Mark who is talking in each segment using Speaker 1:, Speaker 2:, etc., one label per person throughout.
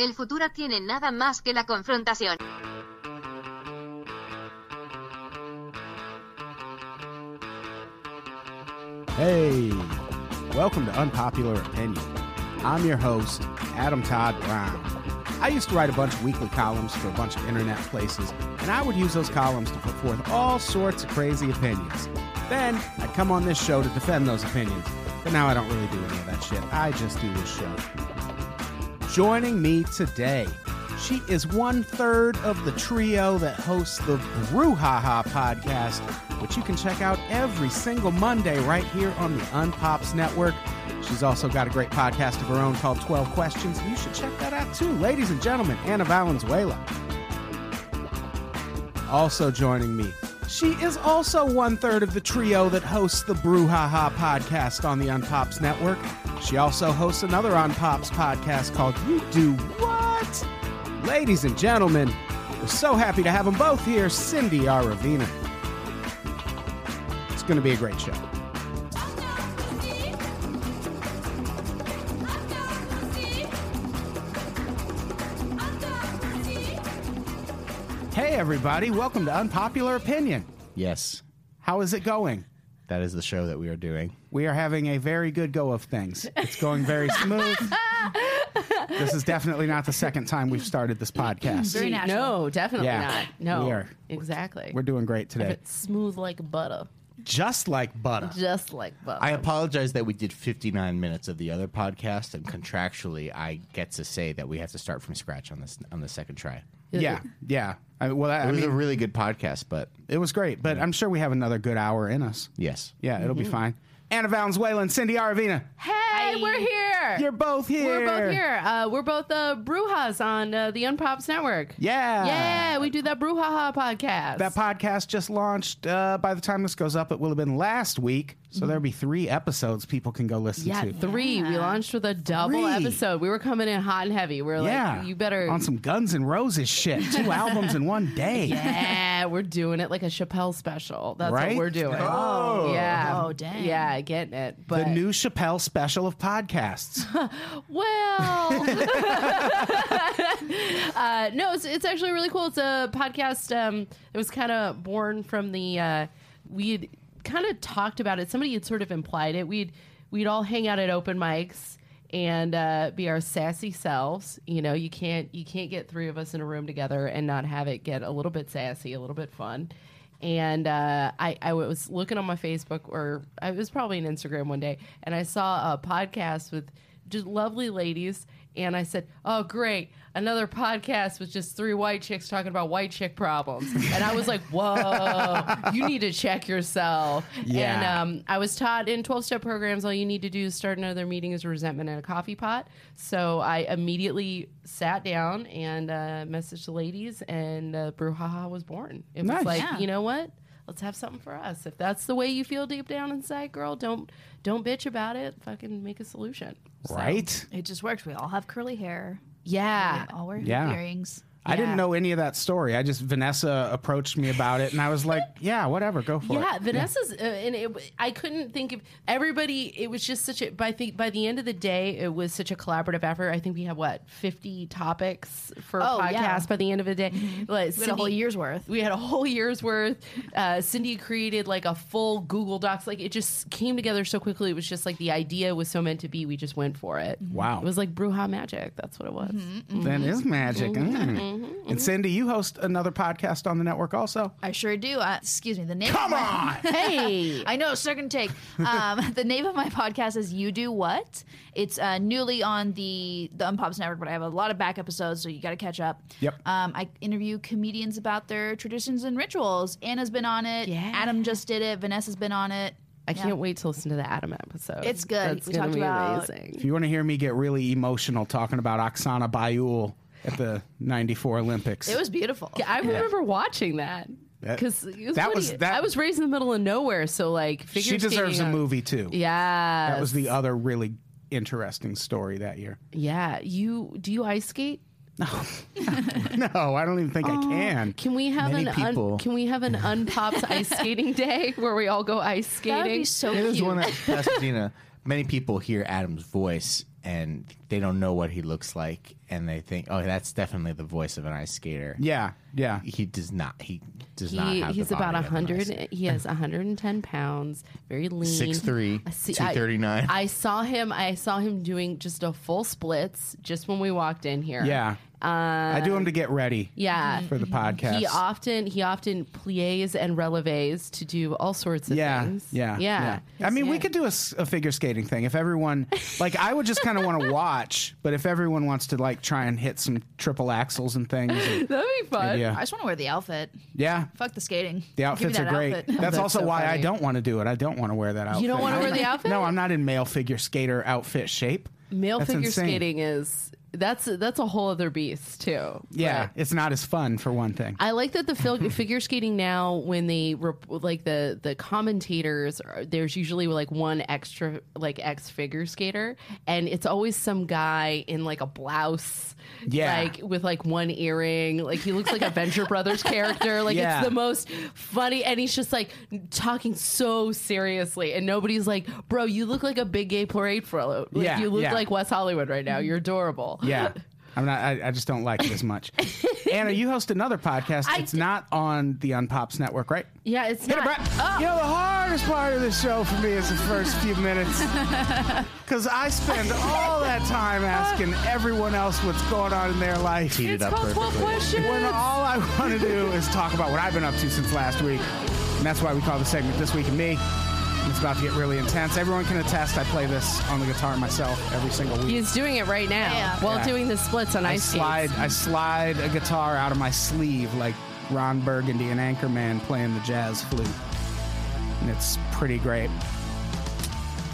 Speaker 1: El futuro tiene nada más que la confrontación.
Speaker 2: Hey, welcome to Unpopular Opinion. I'm your host, Adam Todd Brown. I used to write a bunch of weekly columns for a bunch of internet places, and I would use those columns to put forth all sorts of crazy opinions. Then I'd come on this show to defend those opinions, but now I don't really do any of that shit. I just do this show. Joining me today, she is one third of the trio that hosts the Brouhaha podcast, which you can check out every single Monday right here on the Unpops Network. She's also got a great podcast of her own called 12 Questions, and you should check that out too. Ladies and gentlemen, Anna Valenzuela. Also joining me, she is also one third of the trio that hosts the Brouhaha podcast on the Unpops Network. She also hosts another Unpops podcast called You Do What? Ladies and gentlemen, we're so happy to have them both here, Cindy Aravina. It's going to be a great show. Hey, everybody, welcome to Unpopular Opinion.
Speaker 3: Yes,
Speaker 2: How is it going?
Speaker 3: that is the show that we are doing.
Speaker 2: We are having a very good go of things. It's going very smooth. this is definitely not the second time we've started this podcast.
Speaker 4: Very natural.
Speaker 5: No, definitely
Speaker 2: Yeah,
Speaker 5: not. No,
Speaker 2: we are.
Speaker 5: exactly.
Speaker 2: We're doing great today.
Speaker 5: It's smooth like butter,
Speaker 2: Just like butter.
Speaker 5: just like butter.
Speaker 3: I apologize that we did 59 minutes of the other podcast, and contractually, I get to say that we have to start from scratch on this on the second try.
Speaker 2: Yeah, yeah. I, well, I,
Speaker 3: It
Speaker 2: I
Speaker 3: was a
Speaker 2: mean,
Speaker 3: really good podcast, but
Speaker 2: it was great, but I'm sure we have another good hour in us.
Speaker 3: yes,
Speaker 2: Yeah, it'll
Speaker 5: Mm-hmm.
Speaker 2: be fine. Anna Valenzuela and Cindy Aravina,
Speaker 5: hey, we're here.
Speaker 2: you're both here.
Speaker 5: we're both here. Uh, we're both uh, Brujas on uh, the Unpops Network.
Speaker 2: Yeah.
Speaker 5: Yeah, we do that Brouhaha podcast.
Speaker 2: That podcast just launched. Uh, by the time this goes up, it will have been last week. So there'll be three episodes people can go listen
Speaker 5: Mm-hmm. yeah,
Speaker 2: to.
Speaker 5: three. We launched with a double
Speaker 2: Three.
Speaker 5: episode. We were coming in hot and heavy. We are
Speaker 2: yeah.
Speaker 5: like, you better.
Speaker 2: On some Guns N' Roses shit. Two albums in one day.
Speaker 5: yeah, we're doing it like a Chappelle special. That's
Speaker 2: Right?
Speaker 5: what we're doing.
Speaker 2: Oh.
Speaker 5: yeah.
Speaker 4: Oh, dang.
Speaker 5: Yeah, getting it.
Speaker 2: The
Speaker 5: But
Speaker 2: new Chappelle special of podcasts.
Speaker 5: Well, uh, no, it's, it's actually really cool. It's a podcast. Um, it was kind of born from the uh, we had kind of talked about it. Somebody had sort of implied it. We'd we'd all hang out at open mics and uh, be our sassy selves. You know, you can't you can't get three of us in a room together and not have it get a little bit sassy, a little bit fun. And uh, I, I was looking on my Facebook, or I was probably on Instagram one day, and I saw a podcast with just lovely ladies. And I said, "Oh, great! Another podcast with just three white chicks talking about white chick problems." And I was like, "Whoa, you need to check yourself."
Speaker 2: Yeah.
Speaker 5: And um, I was taught in twelve-step programs, all you need to do is start another meeting is resentment and a coffee pot. So I immediately sat down and uh, messaged the ladies, and uh, Brouhaha was born. It
Speaker 2: Nice.
Speaker 5: was like,
Speaker 4: Yeah.
Speaker 5: you know what? Let's have something for us. If that's the way you feel deep down inside, girl, don't don't bitch about it. Fucking make a solution. So-
Speaker 2: right?
Speaker 4: It just worked. We all have curly hair.
Speaker 5: yeah.
Speaker 4: We all wear
Speaker 2: Yeah.
Speaker 4: earrings.
Speaker 2: I didn't know any of that story. I just, Vanessa approached me about it and I was like, yeah, whatever, go for
Speaker 5: Yeah,
Speaker 2: it.
Speaker 5: Vanessa's, Uh, and it, I couldn't think of everybody. It was just such a by the by the end of the day, it was such a collaborative effort. I think we had what fifty topics for
Speaker 4: Oh,
Speaker 5: podcast
Speaker 4: yeah. Mm-hmm.
Speaker 5: by the end of the day. Like
Speaker 4: We had a whole
Speaker 5: Cindy-
Speaker 4: year's worth.
Speaker 5: We had a whole year's worth. Uh, Cindy created like a full Google Docs. Like it just came together so quickly. It was just like the idea was so meant to be. We just went for it.
Speaker 4: Mm-hmm.
Speaker 2: Wow.
Speaker 5: It was like mm-hmm. Bruja magic. That's what it was.
Speaker 2: That is magic. Mm.
Speaker 5: Mm-hmm.
Speaker 2: And Cindy, you host another podcast on the network also.
Speaker 4: I sure do. Uh, excuse me. The name.
Speaker 2: Come on.
Speaker 5: Hey.
Speaker 4: I know, second take. Um, the name of my podcast is You Do What. It's uh, newly on the the Unpops Network, but I have a lot of back episodes, so you got to catch up.
Speaker 2: Yep.
Speaker 4: Um, I interview comedians about their traditions and rituals. Anna's been on it.
Speaker 5: Yeah.
Speaker 4: Adam just did it. Vanessa's been on it.
Speaker 5: I can't wait to listen to the Adam episode.
Speaker 4: It's good.
Speaker 5: That's
Speaker 4: We
Speaker 5: gonna
Speaker 4: talked
Speaker 5: be
Speaker 4: about-
Speaker 5: amazing.
Speaker 2: If you want to hear me get really emotional talking about Oksana Bayul, at the 94 Olympics.
Speaker 4: It was beautiful.
Speaker 5: Yeah, I remember watching that
Speaker 2: That-
Speaker 5: because
Speaker 2: that was- that-
Speaker 5: I was raised in the middle of nowhere, so like figure
Speaker 2: she deserves
Speaker 5: skating
Speaker 2: a
Speaker 5: on-
Speaker 2: movie too.
Speaker 5: Yeah,
Speaker 2: That was the other really interesting story that year.
Speaker 5: yeah. You do you ice skate?
Speaker 2: No, I don't even think I can.
Speaker 5: Can we have
Speaker 3: Many
Speaker 5: an un-
Speaker 3: people-
Speaker 5: can we have an unpopped ice skating day where we all go ice
Speaker 4: That would
Speaker 5: skating?
Speaker 4: be so
Speaker 3: It is
Speaker 4: cute.
Speaker 3: one at Pasadena. Many people hear Adam's voice and they don't know what he looks like, and they think, "Oh, that's definitely the voice of an ice skater."
Speaker 2: Yeah, yeah.
Speaker 3: he does not. He does not.
Speaker 5: he,
Speaker 3: Have
Speaker 5: he's
Speaker 3: the
Speaker 5: about
Speaker 3: body of an ice-
Speaker 5: 100 he has 110 pounds very lean
Speaker 3: 6'3",
Speaker 5: I see-
Speaker 3: 239.
Speaker 5: I, I saw him i saw him doing just a full splits just when we walked in here
Speaker 2: Yeah. I do them to get ready
Speaker 5: Um, yeah
Speaker 2: for the podcast.
Speaker 5: he often he often plies and relevés to do all sorts of
Speaker 2: yeah,
Speaker 5: things
Speaker 2: yeah,
Speaker 5: yeah
Speaker 2: I mean, we could do a, s- a figure skating thing if everyone like. I would just kind of want to watch, but if everyone wants to like try and hit some triple axles and things, and-
Speaker 5: that'd be fun
Speaker 4: I
Speaker 2: yeah,
Speaker 4: just want to wear the outfit.
Speaker 2: yeah.
Speaker 4: Fuck the skating.
Speaker 2: The
Speaker 4: Give me
Speaker 2: outfits
Speaker 4: that
Speaker 2: are great.
Speaker 4: outfit.
Speaker 2: That's, also
Speaker 5: so
Speaker 2: why I
Speaker 5: funny.
Speaker 2: don't want to do it. I don't want to wear that outfit.
Speaker 5: don't wanna
Speaker 2: I-
Speaker 5: wear the outfit?
Speaker 2: No, I'm not in male figure skater outfit shape.
Speaker 5: male
Speaker 2: That's
Speaker 5: figure
Speaker 2: insane.
Speaker 5: skating is that's that's a whole other beast too
Speaker 2: Yeah, it's not as fun for one thing.
Speaker 5: I like that the fil- figure skating now when they rep- like the the commentators are, there's usually like one extra like ex figure skater and it's always some guy in like a blouse
Speaker 2: Yeah.
Speaker 5: like with like one earring like he looks like a Venture Brothers character like
Speaker 2: Yeah.
Speaker 5: it's the most funny and he's just like talking so seriously and nobody's like bro you look like a big gay parade fellow like,
Speaker 2: Yeah,
Speaker 5: you look
Speaker 2: yeah.
Speaker 5: like West Hollywood right now you're adorable
Speaker 2: Yeah. I'm not. I, I just don't like it as much. Anna, you host another podcast. it's not on the Unpops Network, right?
Speaker 5: yeah Oh. it's
Speaker 2: Hit it,
Speaker 5: not
Speaker 2: Brett. You know, the hardest part of this show for me is the first few minutes. Because I spend all that time asking everyone else what's going on in their life.
Speaker 3: Teed it up perfectly.
Speaker 2: When all I want to do is talk about what I've been up to since last week. And that's why we call the segment This Week in Me. And It's about to get really intense. Everyone can attest I play this on the guitar myself every single week.
Speaker 5: He's doing it right now
Speaker 4: Yeah.
Speaker 5: while
Speaker 2: Yeah.
Speaker 5: doing the splits on
Speaker 2: I
Speaker 5: ice
Speaker 2: slide
Speaker 5: skates.
Speaker 2: I slide a guitar out of my sleeve like Ron Burgundy and Anchorman playing the jazz flute. And it's pretty great.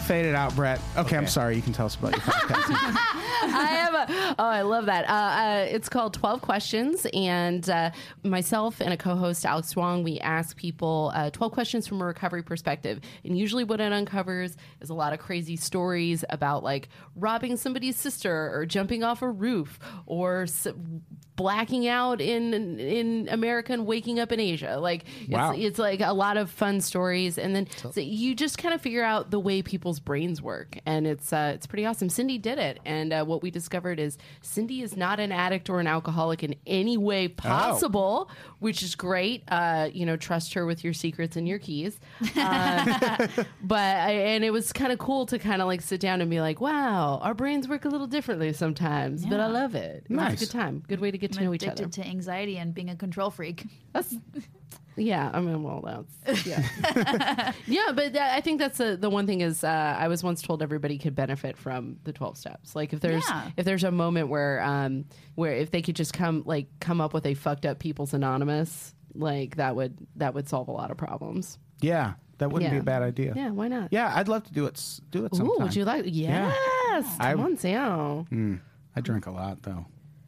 Speaker 2: Fade it out, Brett. Okay, I'm
Speaker 3: Okay.
Speaker 2: sorry. You can tell us about your podcast.
Speaker 5: I have a. Oh, I love that. Uh, uh, it's called Twelve Questions, and uh, myself and a co-host Alex Wong, we ask people uh, twelve questions from a recovery perspective, and usually what it uncovers is a lot of crazy stories about like robbing somebody's sister, or jumping off a roof, or s- blacking out in in America and waking up in Asia. Like
Speaker 2: Wow.
Speaker 5: it's, it's like a lot of fun stories, and then so you just kind of figure out the way people's brains work, and it's uh, it's pretty awesome. Cindy did it, and uh, what we discovered is Cindy is not an addict or an alcoholic in any way possible, which is great. Uh, you know, trust her with your secrets and your keys. Uh, but I, and it was kind of cool to kind of like sit down and be like, wow, our brains work a little differently sometimes, but I love it.
Speaker 2: Nice.
Speaker 5: it's a good time, good way to get to
Speaker 4: I'm
Speaker 5: know each other.
Speaker 4: addicted to anxiety and being a control freak.
Speaker 5: Yeah, I mean, well, that's yeah, yeah. But that, I think that's the the one thing is uh, I was once told everybody could benefit from the twelve steps. Like if there's
Speaker 4: Yeah.
Speaker 5: if there's a moment where um where if they could just come like come up with a fucked up people's anonymous like that would that would solve a lot of problems.
Speaker 2: yeah, that wouldn't be
Speaker 5: Yeah.
Speaker 2: a bad idea.
Speaker 5: Yeah, why not?
Speaker 2: Yeah, I'd love to do it. s- Do it
Speaker 5: Ooh,
Speaker 2: sometime.
Speaker 5: would you like?
Speaker 2: Yeah.
Speaker 5: Yes, come on down.
Speaker 2: I drink a lot though.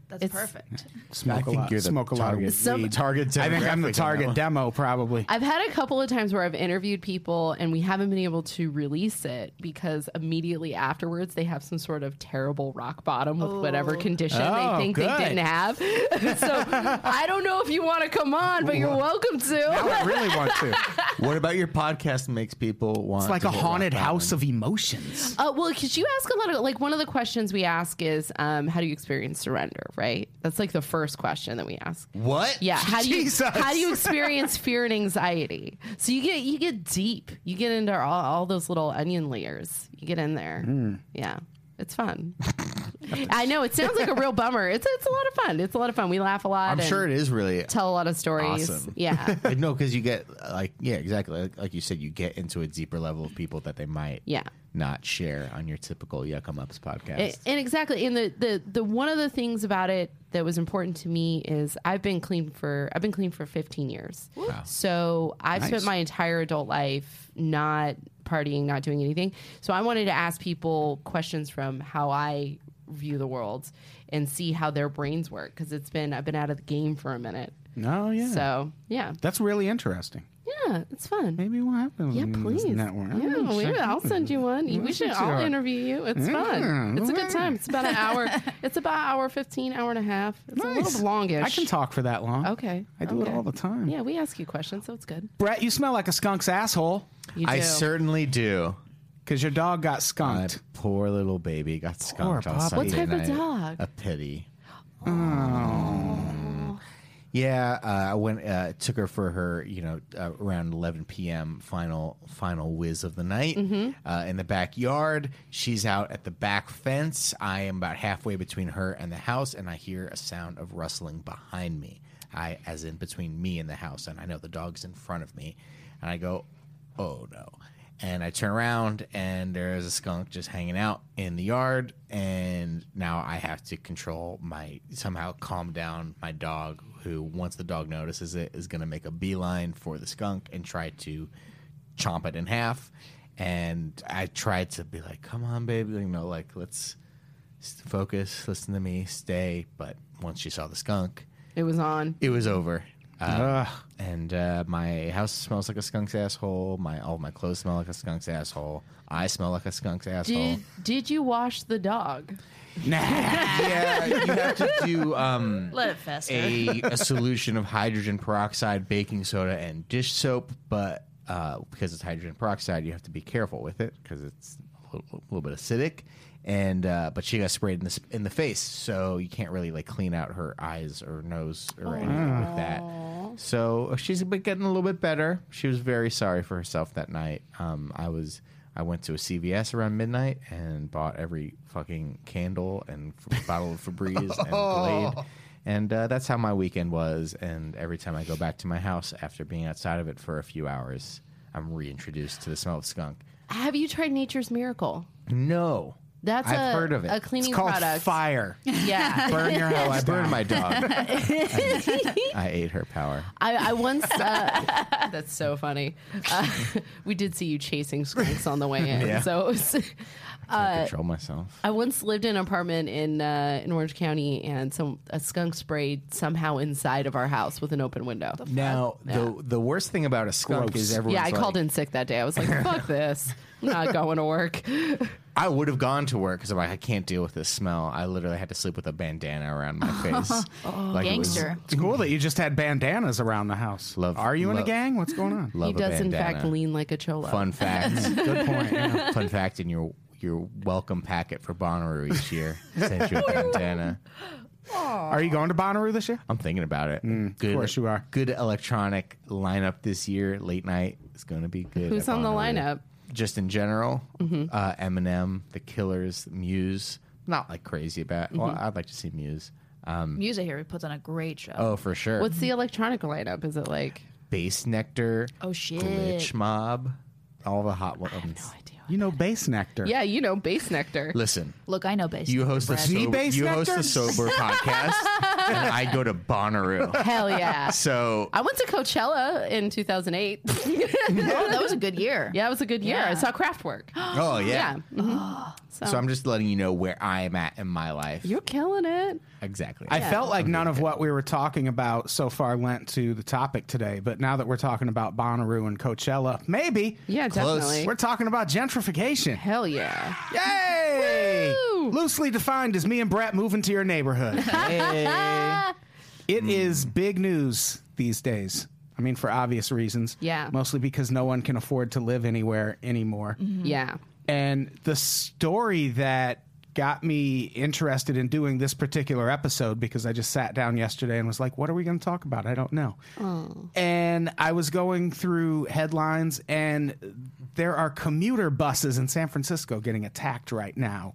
Speaker 4: That's
Speaker 5: It's-
Speaker 4: perfect.
Speaker 2: Smoke a lot. Smoke a lot. of
Speaker 3: target.
Speaker 2: weed.
Speaker 5: Some-
Speaker 3: lead, target
Speaker 2: I think I'm the
Speaker 3: demographic on
Speaker 2: target
Speaker 3: that
Speaker 2: demo probably.
Speaker 5: I've had a couple of times where I've interviewed people and we haven't been able to release it because immediately afterwards they have some sort of terrible rock bottom with whatever condition
Speaker 2: Oh,
Speaker 5: they think
Speaker 2: good.
Speaker 5: they didn't have. so I don't know if you want to come on, but you're welcome to.
Speaker 2: I really want to.
Speaker 3: one. What about your podcast makes people want?
Speaker 2: It's like
Speaker 3: to
Speaker 2: a
Speaker 3: get
Speaker 2: haunted
Speaker 3: rock bottom?
Speaker 2: house of emotions.
Speaker 5: Uh, well, because you ask a lot of like one of the questions we ask is um, how do you experience surrender? Right, that's like the first question that we ask.
Speaker 3: What?
Speaker 5: Yeah, how do you
Speaker 2: Jesus.
Speaker 5: how do you experience fear and anxiety? So you get you get deep. You get into all, all those little onion layers. You get in there.
Speaker 3: Hmm.
Speaker 5: Yeah. It's fun. I know it sounds like a real bummer. It's it's a lot of fun. It's a lot of fun. We laugh a lot.
Speaker 3: I'm
Speaker 5: and
Speaker 3: sure it is really
Speaker 5: Tell a lot of stories.
Speaker 3: Awesome.
Speaker 5: Yeah.
Speaker 3: Like, no, because you get uh, like yeah, exactly. Like, like you said, you get into a deeper level of people that they might
Speaker 5: Yeah.
Speaker 3: not share on your typical Yuckum Ups podcast.
Speaker 5: A- and exactly and the, the the one of the things about it that was important to me is i've been clean for i've been clean for 15 years so i've spent my entire adult life not partying not doing anything so i wanted to ask people questions from how i view the world and see how their brains work because it's been I've been out of the game for a minute.
Speaker 2: No, yeah.
Speaker 5: So yeah,
Speaker 2: That's really interesting.
Speaker 5: yeah, it's fun.
Speaker 2: Maybe we'll have them
Speaker 5: Yeah,
Speaker 2: in
Speaker 5: please.
Speaker 2: this network. Oh,
Speaker 5: Yeah, we, I'll send you one.
Speaker 2: Why
Speaker 5: We should
Speaker 2: don't
Speaker 5: all
Speaker 2: you?
Speaker 5: interview you. It's fun.
Speaker 2: Yeah,
Speaker 5: It's a good
Speaker 2: okay.
Speaker 5: time. It's about an hour. It's about hour fifteen, hour and a half. It's a
Speaker 2: Nice.
Speaker 5: little longish.
Speaker 2: I can talk for that long.
Speaker 5: Okay.
Speaker 2: I do
Speaker 5: Okay.
Speaker 2: it all the time.
Speaker 5: Yeah, we ask you questions, so it's good.
Speaker 2: Brett, you smell like a skunk's asshole
Speaker 5: You
Speaker 3: I
Speaker 5: do.
Speaker 3: certainly do.
Speaker 2: because your dog got
Speaker 3: That
Speaker 2: skunked.
Speaker 3: poor little baby got skunked on
Speaker 2: puppy.
Speaker 3: Sunday
Speaker 2: What
Speaker 5: type of
Speaker 3: night.
Speaker 5: dog?
Speaker 2: uh,
Speaker 3: A pity. Yeah, uh, I went uh, took her for her, you know, uh, around 11 p.m. final final whiz of the night uh, in the backyard. She's out at the back fence. I am about halfway between her and the house, and I hear a sound of rustling behind me. I, as in between me and the house, and I know the dog's in front of me, and I go, "Oh no!" And I turn around, and there's a skunk just hanging out in the yard, and now I have to control my somehow calm down my dog, who once the dog notices it is going to make a beeline for the skunk and try to chomp it in half. And I tried to be like, "Come on, baby, you know, like let's s- focus, listen to me, stay." But once she saw the skunk,
Speaker 5: It was
Speaker 2: Oh.
Speaker 5: on.
Speaker 3: it was over. Uh,
Speaker 2: Ugh.
Speaker 3: and uh, my house smells like a skunk's asshole. My all my clothes smell like a skunk's asshole. I smell like a skunk's asshole.
Speaker 5: Did Did you wash the dog?
Speaker 3: yeah, you have to do um,
Speaker 4: Let it fester.
Speaker 3: a, a solution of hydrogen peroxide, baking soda, and dish soap. But uh, because it's hydrogen peroxide, you have to be careful with it because it's a little, a little bit acidic. And uh, but she got sprayed in the sp- in the face, so you can't really like clean out her eyes or nose or anything with that. So she's been getting a little bit better. She was very sorry for herself that night. Um, I was. I went to a CVS around midnight and bought every fucking candle and f- bottle of Febreze and Glade. And uh, that's how my weekend was. And every time I go back to my house after being outside of it for a few hours, I'm reintroduced to the smell of skunk.
Speaker 5: Have you tried Nature's Miracle?
Speaker 3: No,
Speaker 5: That's
Speaker 3: I've
Speaker 5: a-
Speaker 3: heard of it.
Speaker 5: a cleaning
Speaker 3: it's called
Speaker 5: product.
Speaker 3: Fire.
Speaker 5: Yeah.
Speaker 3: Burn your hell. I burned my dog. I, I ate her power.
Speaker 5: I, I once. Uh, that's so funny. Uh, we did see you chasing skunks on the way in.
Speaker 3: Yeah.
Speaker 5: So it was,
Speaker 3: I control myself.
Speaker 5: Uh, I once lived in an apartment in uh, in Orange County, and some a skunk sprayed somehow inside of our house with an open window.
Speaker 3: Now the the worst thing about a skunk
Speaker 2: Gross.
Speaker 3: is everyone's
Speaker 5: yeah, I
Speaker 3: like,
Speaker 5: called in sick that day. I was like, "Fuck this! I'm not going to work."
Speaker 3: I would have gone to work because I'm like, I can't deal with this smell. I literally had to sleep with a bandana around my face.
Speaker 5: Oh,
Speaker 3: like it was-
Speaker 4: Gangster.
Speaker 2: It's cool that you just had bandanas around the house.
Speaker 3: Love-
Speaker 2: Are you in
Speaker 3: love-
Speaker 2: a gang? What's going on?
Speaker 3: love
Speaker 5: he
Speaker 3: a
Speaker 5: does, in
Speaker 3: bandana.
Speaker 5: fact, lean like a cholo.
Speaker 3: Fun fact.
Speaker 2: Good point. yeah.
Speaker 3: Fun fact in your your welcome packet for Bonnaroo each year sent you a bandana.
Speaker 2: Are you going to Bonnaroo this year?
Speaker 3: I'm thinking about it. good,
Speaker 2: Mm, course you are.
Speaker 3: Good electronic lineup this year. Late night is going to be good.
Speaker 5: Who's
Speaker 3: at
Speaker 5: on the
Speaker 3: Bonnaroo.
Speaker 5: lineup? Mm-hmm.
Speaker 3: Just in general, uh, Eminem, The Killers, Muse. Not like crazy about. Well,
Speaker 5: Mm-hmm.
Speaker 3: I'd like to see Muse.
Speaker 4: Music here puts on a great show.
Speaker 3: Oh, for sure.
Speaker 5: What's the electronic lineup? Is it like?
Speaker 3: Bass Nectar.
Speaker 4: Oh, shit.
Speaker 3: Glitch Mob. All the hot ones.
Speaker 2: You know, Bass Nectar.
Speaker 5: Yeah, you know, bass nectar.
Speaker 3: Listen,
Speaker 4: Look, I know Oh, bass.
Speaker 3: you host a
Speaker 4: Brad.
Speaker 2: The
Speaker 3: sober,
Speaker 2: Bass
Speaker 3: you host a
Speaker 2: Nectar?
Speaker 3: sober podcast, and I go to Bonnaroo.
Speaker 5: Hell yeah!
Speaker 3: So
Speaker 5: I went to Coachella in 2008.
Speaker 4: Oh, that was a good year.
Speaker 5: yeah, it was a good year.
Speaker 4: Yeah.
Speaker 5: I saw Kraftwerk.
Speaker 3: Oh yeah.
Speaker 5: mhm. so,
Speaker 3: So I'm just letting you know where I am at in my life.
Speaker 5: you're killing it.
Speaker 3: exactly.
Speaker 2: I felt like none of what we were talking about so far lent to the topic today, but now that we're talking about Bonnaroo and Coachella, maybe
Speaker 5: Yeah,
Speaker 3: Close.
Speaker 5: definitely.
Speaker 2: we're talking about gentrification.
Speaker 5: Hell yeah.
Speaker 2: Yay!
Speaker 5: Woo!
Speaker 2: Loosely defined as me and Brett moving to your neighborhood. It is big news these days. I mean, for obvious reasons.
Speaker 5: Yeah. Mm-hmm.
Speaker 2: Mostly because no one can afford to live anywhere anymore.
Speaker 3: Mm-hmm.
Speaker 5: Yeah.
Speaker 2: And the story that got me interested in doing this particular episode because I just sat down yesterday and was like, what are we going to talk about? I don't know. And I was going through headlines, and there are commuter buses in San Francisco getting attacked right now.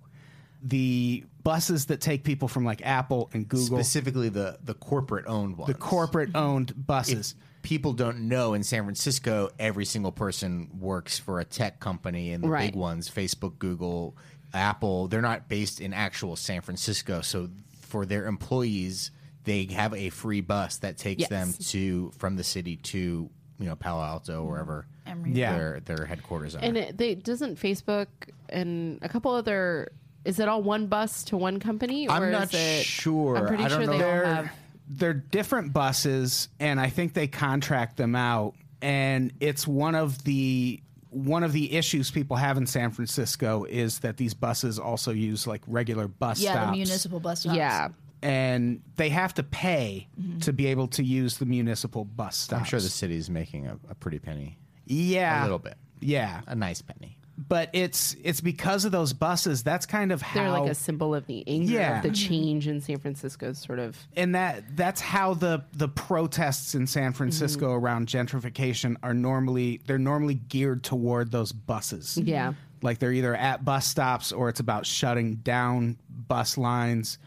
Speaker 2: The buses that take people from like Apple and Google,
Speaker 3: specifically the the corporate owned ones.
Speaker 2: the corporate owned buses.
Speaker 3: people don't know in San Francisco, every single person works for a tech company, and the
Speaker 5: Right.
Speaker 3: big ones, Facebook, Google, Apple, they're not based in actual San Francisco. So for their employees, they have a free bus that takes
Speaker 5: Yes.
Speaker 3: them to from the city to you know Palo Alto, wherever
Speaker 4: Emery.
Speaker 2: Yeah.
Speaker 3: their their headquarters are.
Speaker 5: And it, they doesn't Facebook and a couple other is it all one bus to one company? Or
Speaker 3: I'm not
Speaker 5: is it,
Speaker 3: sure.
Speaker 5: I'm pretty
Speaker 3: I don't
Speaker 5: sure
Speaker 3: know.
Speaker 5: they all
Speaker 3: They're-
Speaker 5: have.
Speaker 2: They're different buses, and I think they contract them out. And it's one of the one of the issues people have in San Francisco is that these buses also use like regular bus
Speaker 4: yeah,
Speaker 2: stops.
Speaker 4: the municipal bus stops.
Speaker 5: Yeah.
Speaker 2: and they have to pay
Speaker 5: Mm-hmm.
Speaker 2: to be able to use the municipal bus stops.
Speaker 3: I'm sure the city's making a, a pretty penny,
Speaker 2: yeah,
Speaker 3: a little bit,
Speaker 2: yeah.
Speaker 3: a nice penny.
Speaker 2: But it's it's because of those buses. That's kind of
Speaker 5: They're
Speaker 2: how
Speaker 5: like a symbol of the anger
Speaker 2: Yeah.
Speaker 5: of the change in San Francisco, sort of.
Speaker 2: and that that's how the the protests in San Francisco around gentrification are normally they're normally geared toward those buses.
Speaker 5: Yeah.
Speaker 2: Like they're either at bus stops or it's about shutting down bus lines.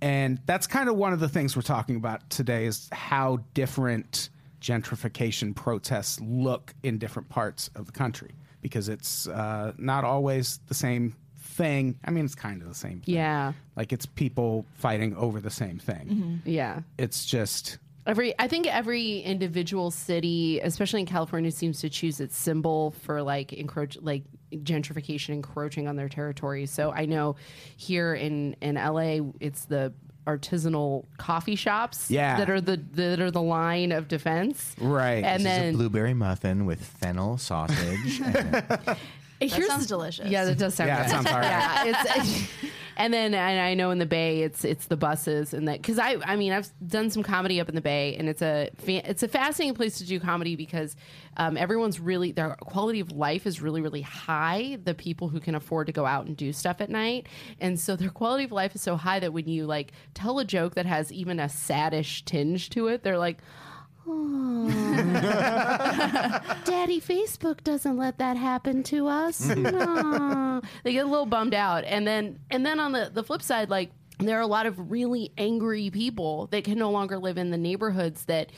Speaker 2: And that's kind of one of the things we're talking about today is how different gentrification protests look in different parts of the country because it's uh, not always the same thing. I mean, it's kind of the same thing.
Speaker 5: Yeah. Mm-hmm.
Speaker 2: Like it's people fighting over the same thing.
Speaker 5: Yeah.
Speaker 2: It's just
Speaker 5: Every I think every individual city, especially in California, seems to choose its symbol for like encroach like gentrification encroaching on their territory. So I know here in in LA, it's the artisanal coffee shops
Speaker 2: Yeah.
Speaker 5: that are the that are the line of defense.
Speaker 2: Right.
Speaker 3: This
Speaker 5: And then
Speaker 3: is a blueberry muffin with fennel sausage. and
Speaker 4: That sounds delicious.
Speaker 5: Yeah, that does sound
Speaker 2: Yeah,
Speaker 5: good.
Speaker 2: that sounds all right.
Speaker 5: Yeah, it's, and then and I know in the Bay, it's it's the buses and that because I I mean I've done some comedy up in the Bay, and it's a fa- it's a fascinating place to do comedy because um, everyone's really their quality of life is really really high. The people who can afford to go out and do stuff at night, and so their quality of life is so high that when you like tell a joke that has even a saddish tinge to it, they're like. Daddy Facebook doesn't let that happen to us. Aw. they get a little bummed out. And then and then on the, the flip side, like there are a lot of really angry people that can no longer live in the neighborhoods that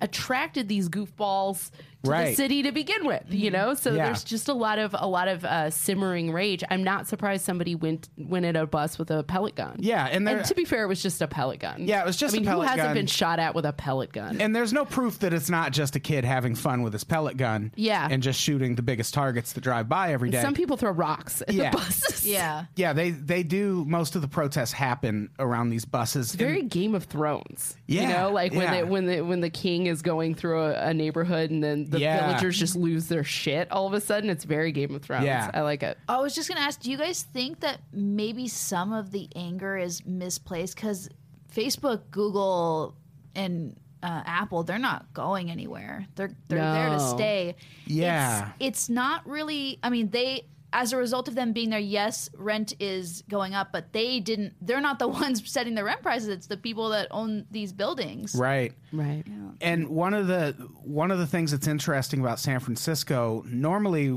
Speaker 5: attracted these goofballs to the
Speaker 2: Right.
Speaker 5: city to begin with, you know? So
Speaker 2: Yeah.
Speaker 5: there's just a lot of a lot of uh, simmering rage. I'm not surprised somebody went went at a bus with a pellet gun.
Speaker 2: Yeah, and there-
Speaker 5: and to be fair, it was just a pellet gun.
Speaker 2: Yeah, it was just
Speaker 5: I
Speaker 2: a
Speaker 5: mean, who
Speaker 2: pellet
Speaker 5: hasn't
Speaker 2: gun.
Speaker 5: been shot at with a pellet gun?
Speaker 2: and there's no proof that it's not just a kid having fun with his pellet gun.
Speaker 5: Yeah.
Speaker 2: And just shooting the biggest targets that drive by every day.
Speaker 5: Some people throw rocks at
Speaker 2: Yeah.
Speaker 5: the buses.
Speaker 4: Yeah.
Speaker 2: yeah, they they do most of the protests happen around these buses. And-
Speaker 5: very Game of Thrones. you
Speaker 2: Yeah,
Speaker 5: know, like when
Speaker 2: yeah.
Speaker 5: the, when the when the king is going through a, a neighborhood and then the
Speaker 2: Yeah.
Speaker 5: villagers just lose their shit all of a sudden. It's very Game of Thrones.
Speaker 2: Yeah.
Speaker 5: I like it.
Speaker 4: I was just gonna ask, do you guys think that maybe some of the anger is misplaced? Because Facebook, Google, and uh, Apple, they're not going anywhere. They're they're there to
Speaker 5: No.
Speaker 4: stay.
Speaker 2: Yeah.
Speaker 4: it's, it's not really. I mean, they as a result of them being there, yes, rent is going up, but they didn't. They're not the ones setting the rent prices. It's the people that own these buildings.
Speaker 2: right.
Speaker 5: Right.
Speaker 2: And one of the one of the things that's interesting about San Francisco, normally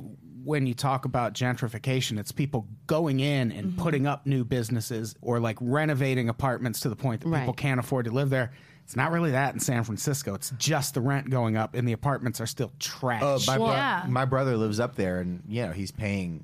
Speaker 2: when you talk about gentrification, it's people going in and
Speaker 5: Mm-hmm.
Speaker 2: putting up new businesses or like renovating apartments to the point that people
Speaker 5: Right.
Speaker 2: can't afford to live there. It's not really that in San Francisco. It's just the rent going up and the apartments are still trash.
Speaker 3: Oh, my, bro-
Speaker 4: yeah.
Speaker 3: my brother lives up there, and you know he's paying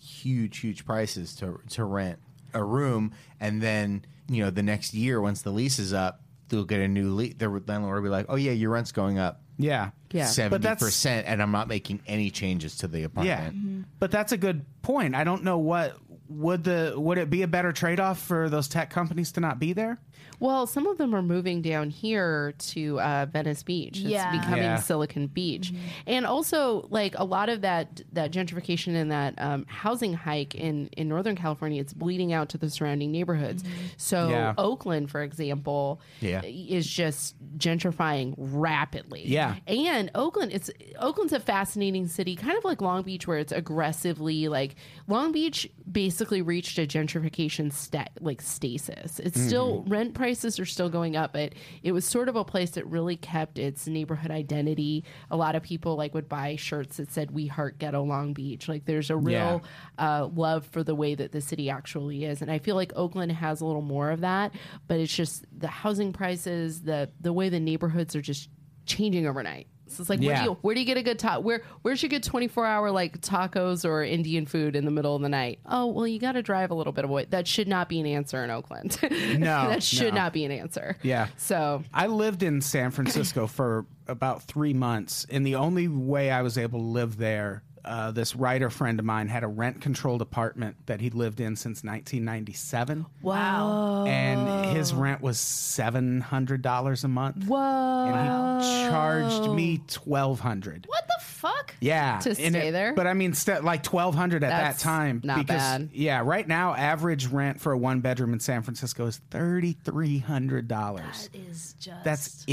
Speaker 3: huge, huge prices to to rent a room, and then you know the next year once the lease is up, they'll get a new lease. The landlord will be like, "Oh yeah, your rent's going up
Speaker 2: yeah. But
Speaker 5: Yeah.
Speaker 3: seventy
Speaker 2: that's-
Speaker 3: percent, and I'm not making any changes to the
Speaker 2: Yeah.
Speaker 3: apartment."
Speaker 5: Mm-hmm.
Speaker 2: But that's a good point. I don't know what would the would it be a better trade off for those tech companies to not be there?
Speaker 5: Well, some of them are moving down here to uh, Venice Beach.
Speaker 4: Yeah.
Speaker 5: It's becoming
Speaker 2: Yeah.
Speaker 5: Silicon Beach, and also like a lot of that that gentrification and that um, housing hike in in Northern California, it's bleeding out to the surrounding neighborhoods. So
Speaker 2: Yeah.
Speaker 5: Oakland, for example,
Speaker 3: Yeah.
Speaker 5: is just gentrifying rapidly.
Speaker 2: Yeah.
Speaker 5: and Oakland, it's Oakland's a fascinating city, kind of like Long Beach, where it's aggressively like Long Beach basically reached a gentrification stat like stasis. It's still rent prices are still going up, but it was sort of a place that really kept its neighborhood identity. A lot of people like would buy shirts that said "We Heart Ghetto Long Beach." Like there's a real uh, love for the way that the city actually is, and I feel like Oakland has a little more of that. But it's just the housing prices, the the way the neighborhoods are just changing overnight. So it's like where
Speaker 2: Yeah.
Speaker 5: do you where do you get a good ta- where where's your good twenty four hour like tacos or Indian food in the middle of the night? Oh well, you got to drive a little bit away. That should not be an answer in Oakland.
Speaker 2: No,
Speaker 5: that should
Speaker 2: no.
Speaker 5: not be an answer.
Speaker 2: Yeah.
Speaker 5: So
Speaker 2: I lived in San Francisco for about three months, and the only way I was able to live there uh, this writer friend of mine had a rent controlled apartment that he'd lived in since 1997,
Speaker 4: Wow.
Speaker 2: and his rent was seven hundred dollars a month.
Speaker 5: Whoa.
Speaker 2: And he charged me twelve hundred.
Speaker 4: What the fuck?
Speaker 2: Yeah,
Speaker 5: To
Speaker 2: and
Speaker 5: stay there?
Speaker 2: But I mean, st- like twelve hundred at
Speaker 5: That's
Speaker 2: that time.
Speaker 5: not bad.
Speaker 2: Yeah, right now, average rent for a one bedroom in San Francisco is thirty three hundred dollars.
Speaker 4: Is just
Speaker 2: That's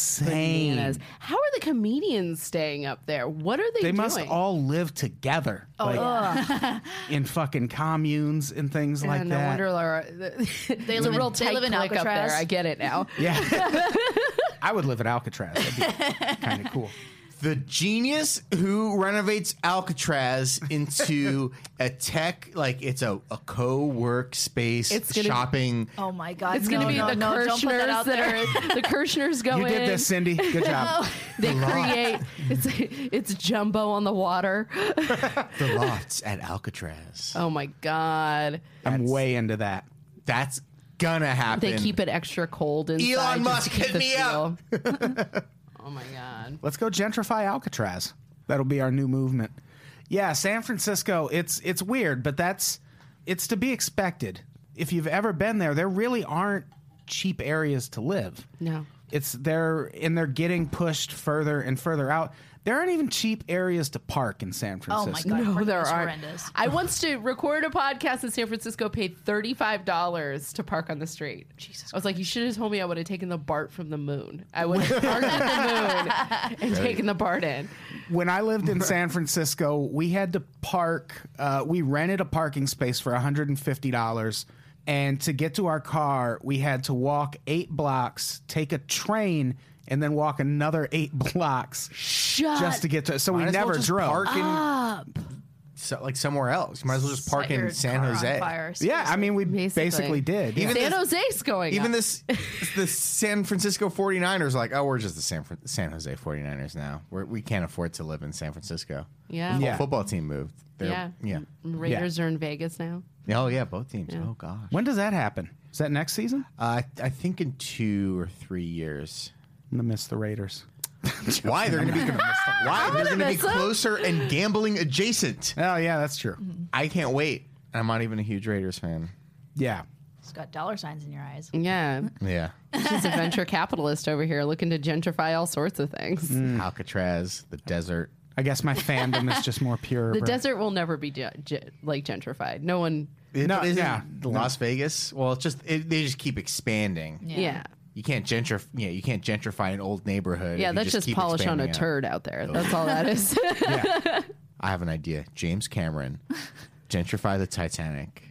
Speaker 2: insane.
Speaker 5: Bananas. How are the comedians staying up there? What are they,
Speaker 2: they
Speaker 5: doing? Oh,
Speaker 2: must all live together, like in fucking communes and things
Speaker 5: Yeah,
Speaker 2: like
Speaker 5: no
Speaker 2: that.
Speaker 5: wonder Laura. They
Speaker 4: live in-
Speaker 5: real
Speaker 4: they
Speaker 5: tight
Speaker 4: live in
Speaker 5: clique up there.
Speaker 4: Alcatraz.
Speaker 5: I get it now.
Speaker 2: yeah, I would live at Alcatraz. That'd be kind of cool.
Speaker 3: The genius who renovates Alcatraz into a tech, like it's a, a co work space
Speaker 5: It's gonna be-
Speaker 3: shopping.
Speaker 4: Oh my god!
Speaker 5: It's
Speaker 4: no,
Speaker 5: going to be
Speaker 4: no,
Speaker 5: the
Speaker 4: no, don't put
Speaker 5: Kirshners
Speaker 4: that
Speaker 5: that,
Speaker 4: out there.
Speaker 5: are the Kirshners go
Speaker 2: You
Speaker 5: in. Oh.
Speaker 2: did this, Cindy. Good job.
Speaker 5: They create. It's it's jumbo on the water.
Speaker 3: The lofts at Alcatraz.
Speaker 5: Oh my god!
Speaker 2: I'm way into that.
Speaker 3: That's gonna happen.
Speaker 5: They keep it extra cold inside.
Speaker 3: Elon Musk,
Speaker 5: just to keep
Speaker 3: hit
Speaker 5: the
Speaker 3: me up.
Speaker 5: feel. oh my god!
Speaker 2: Let's go gentrify Alcatraz. That'll be our new movement. Yeah, San Francisco, it's it's weird, but that's it's to be expected. If you've ever been there, there really aren't cheap areas to live.
Speaker 5: No.
Speaker 2: It's they're and they're getting pushed further and further out. There aren't even cheap areas to park in San
Speaker 4: Oh
Speaker 2: Francisco.
Speaker 4: my god!
Speaker 5: No,
Speaker 4: Parking
Speaker 5: there
Speaker 4: is
Speaker 5: are.
Speaker 4: horrendous.
Speaker 5: I once to record a podcast in San Francisco, paid thirty five dollars to park on the street. Jesus, I was like, you should have told me I would have taken the BART from the moon. I would have parked at the moon and taken the BART in.
Speaker 2: When I lived in San Francisco, we had to park. Uh, we rented a parking space for $150. And to get to our car, we had to walk eight blocks, take a train, and then walk another eight blocks
Speaker 5: Shut.
Speaker 2: just to get to. So
Speaker 3: Might
Speaker 2: we
Speaker 3: as well
Speaker 2: never
Speaker 3: just
Speaker 2: drove.
Speaker 3: Park in, So, like somewhere else. You might as well just park
Speaker 4: Set your
Speaker 3: in San
Speaker 4: car on
Speaker 3: Jose.
Speaker 4: fire,
Speaker 2: yeah, I mean, we basically,
Speaker 5: Basically.
Speaker 2: did.
Speaker 3: Even
Speaker 2: yeah.
Speaker 5: San
Speaker 3: this-
Speaker 5: Jose's going.
Speaker 3: Even
Speaker 5: up.
Speaker 3: this, the San Francisco 49ers are like, oh, we're just the San, Fran- San Jose 49ers now. We're, we can't afford to live in San Francisco.
Speaker 5: Yeah.
Speaker 3: The
Speaker 2: Yeah.
Speaker 3: football team moved.
Speaker 5: Yeah.
Speaker 3: They're- yeah.
Speaker 5: Raiders are in Vegas now.
Speaker 3: Oh, yeah, both teams. Oh, gosh.
Speaker 2: When does that happen? Is that next season?
Speaker 3: Uh, I- I think in two or three years.
Speaker 2: I'm going to miss the Raiders.
Speaker 3: Why they're going to be why they're going to be
Speaker 5: miss 'em.
Speaker 3: closer and gambling adjacent?
Speaker 2: Oh, yeah, that's true.
Speaker 5: Mm-hmm.
Speaker 3: I can't wait. I'm not even a huge Raiders fan.
Speaker 2: Yeah.
Speaker 4: It's got dollar signs in your eyes.
Speaker 5: Yeah,
Speaker 3: Yeah,
Speaker 5: she's a venture capitalist over here, looking to gentrify all sorts of things.
Speaker 2: Hmm.
Speaker 3: Alcatraz, the desert.
Speaker 2: I guess my fandom is just more pure.
Speaker 5: The
Speaker 2: bro.
Speaker 5: desert will never be ge- ge- like gentrified. No one.
Speaker 2: No,
Speaker 3: But isn't
Speaker 2: yeah.
Speaker 3: Las Vegas. Well, it's just it, they just keep expanding.
Speaker 5: Yeah, yeah,
Speaker 3: You can't gentrify. Yeah, you can't gentrify an old neighborhood. if you
Speaker 5: that's just,
Speaker 3: keep
Speaker 5: polish on a
Speaker 3: expanding out.
Speaker 5: turd out there. That's all that is.
Speaker 3: I have an idea. James Cameron, gentrify the Titanic.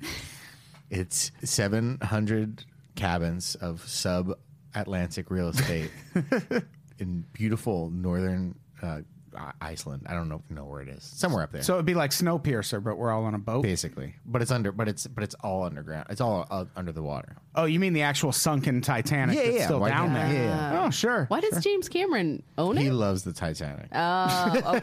Speaker 3: It's 700 cabins of sub Atlantic real estate in beautiful northern uh, I- Iceland. I don't know, know where it is. Somewhere up there.
Speaker 2: So it'd be like Snowpiercer, but we're all on a boat.
Speaker 3: basically, but it's under but it's but it's all underground. It's all uh, under the water.
Speaker 2: Oh, you mean the actual sunken Titanic
Speaker 3: Yeah,
Speaker 2: that's
Speaker 3: yeah,
Speaker 2: still
Speaker 3: why
Speaker 2: down
Speaker 3: not?
Speaker 2: there?
Speaker 3: Yeah,
Speaker 2: Oh, sure.
Speaker 5: Why does James Cameron own
Speaker 3: He
Speaker 5: it?
Speaker 3: loves the Titanic.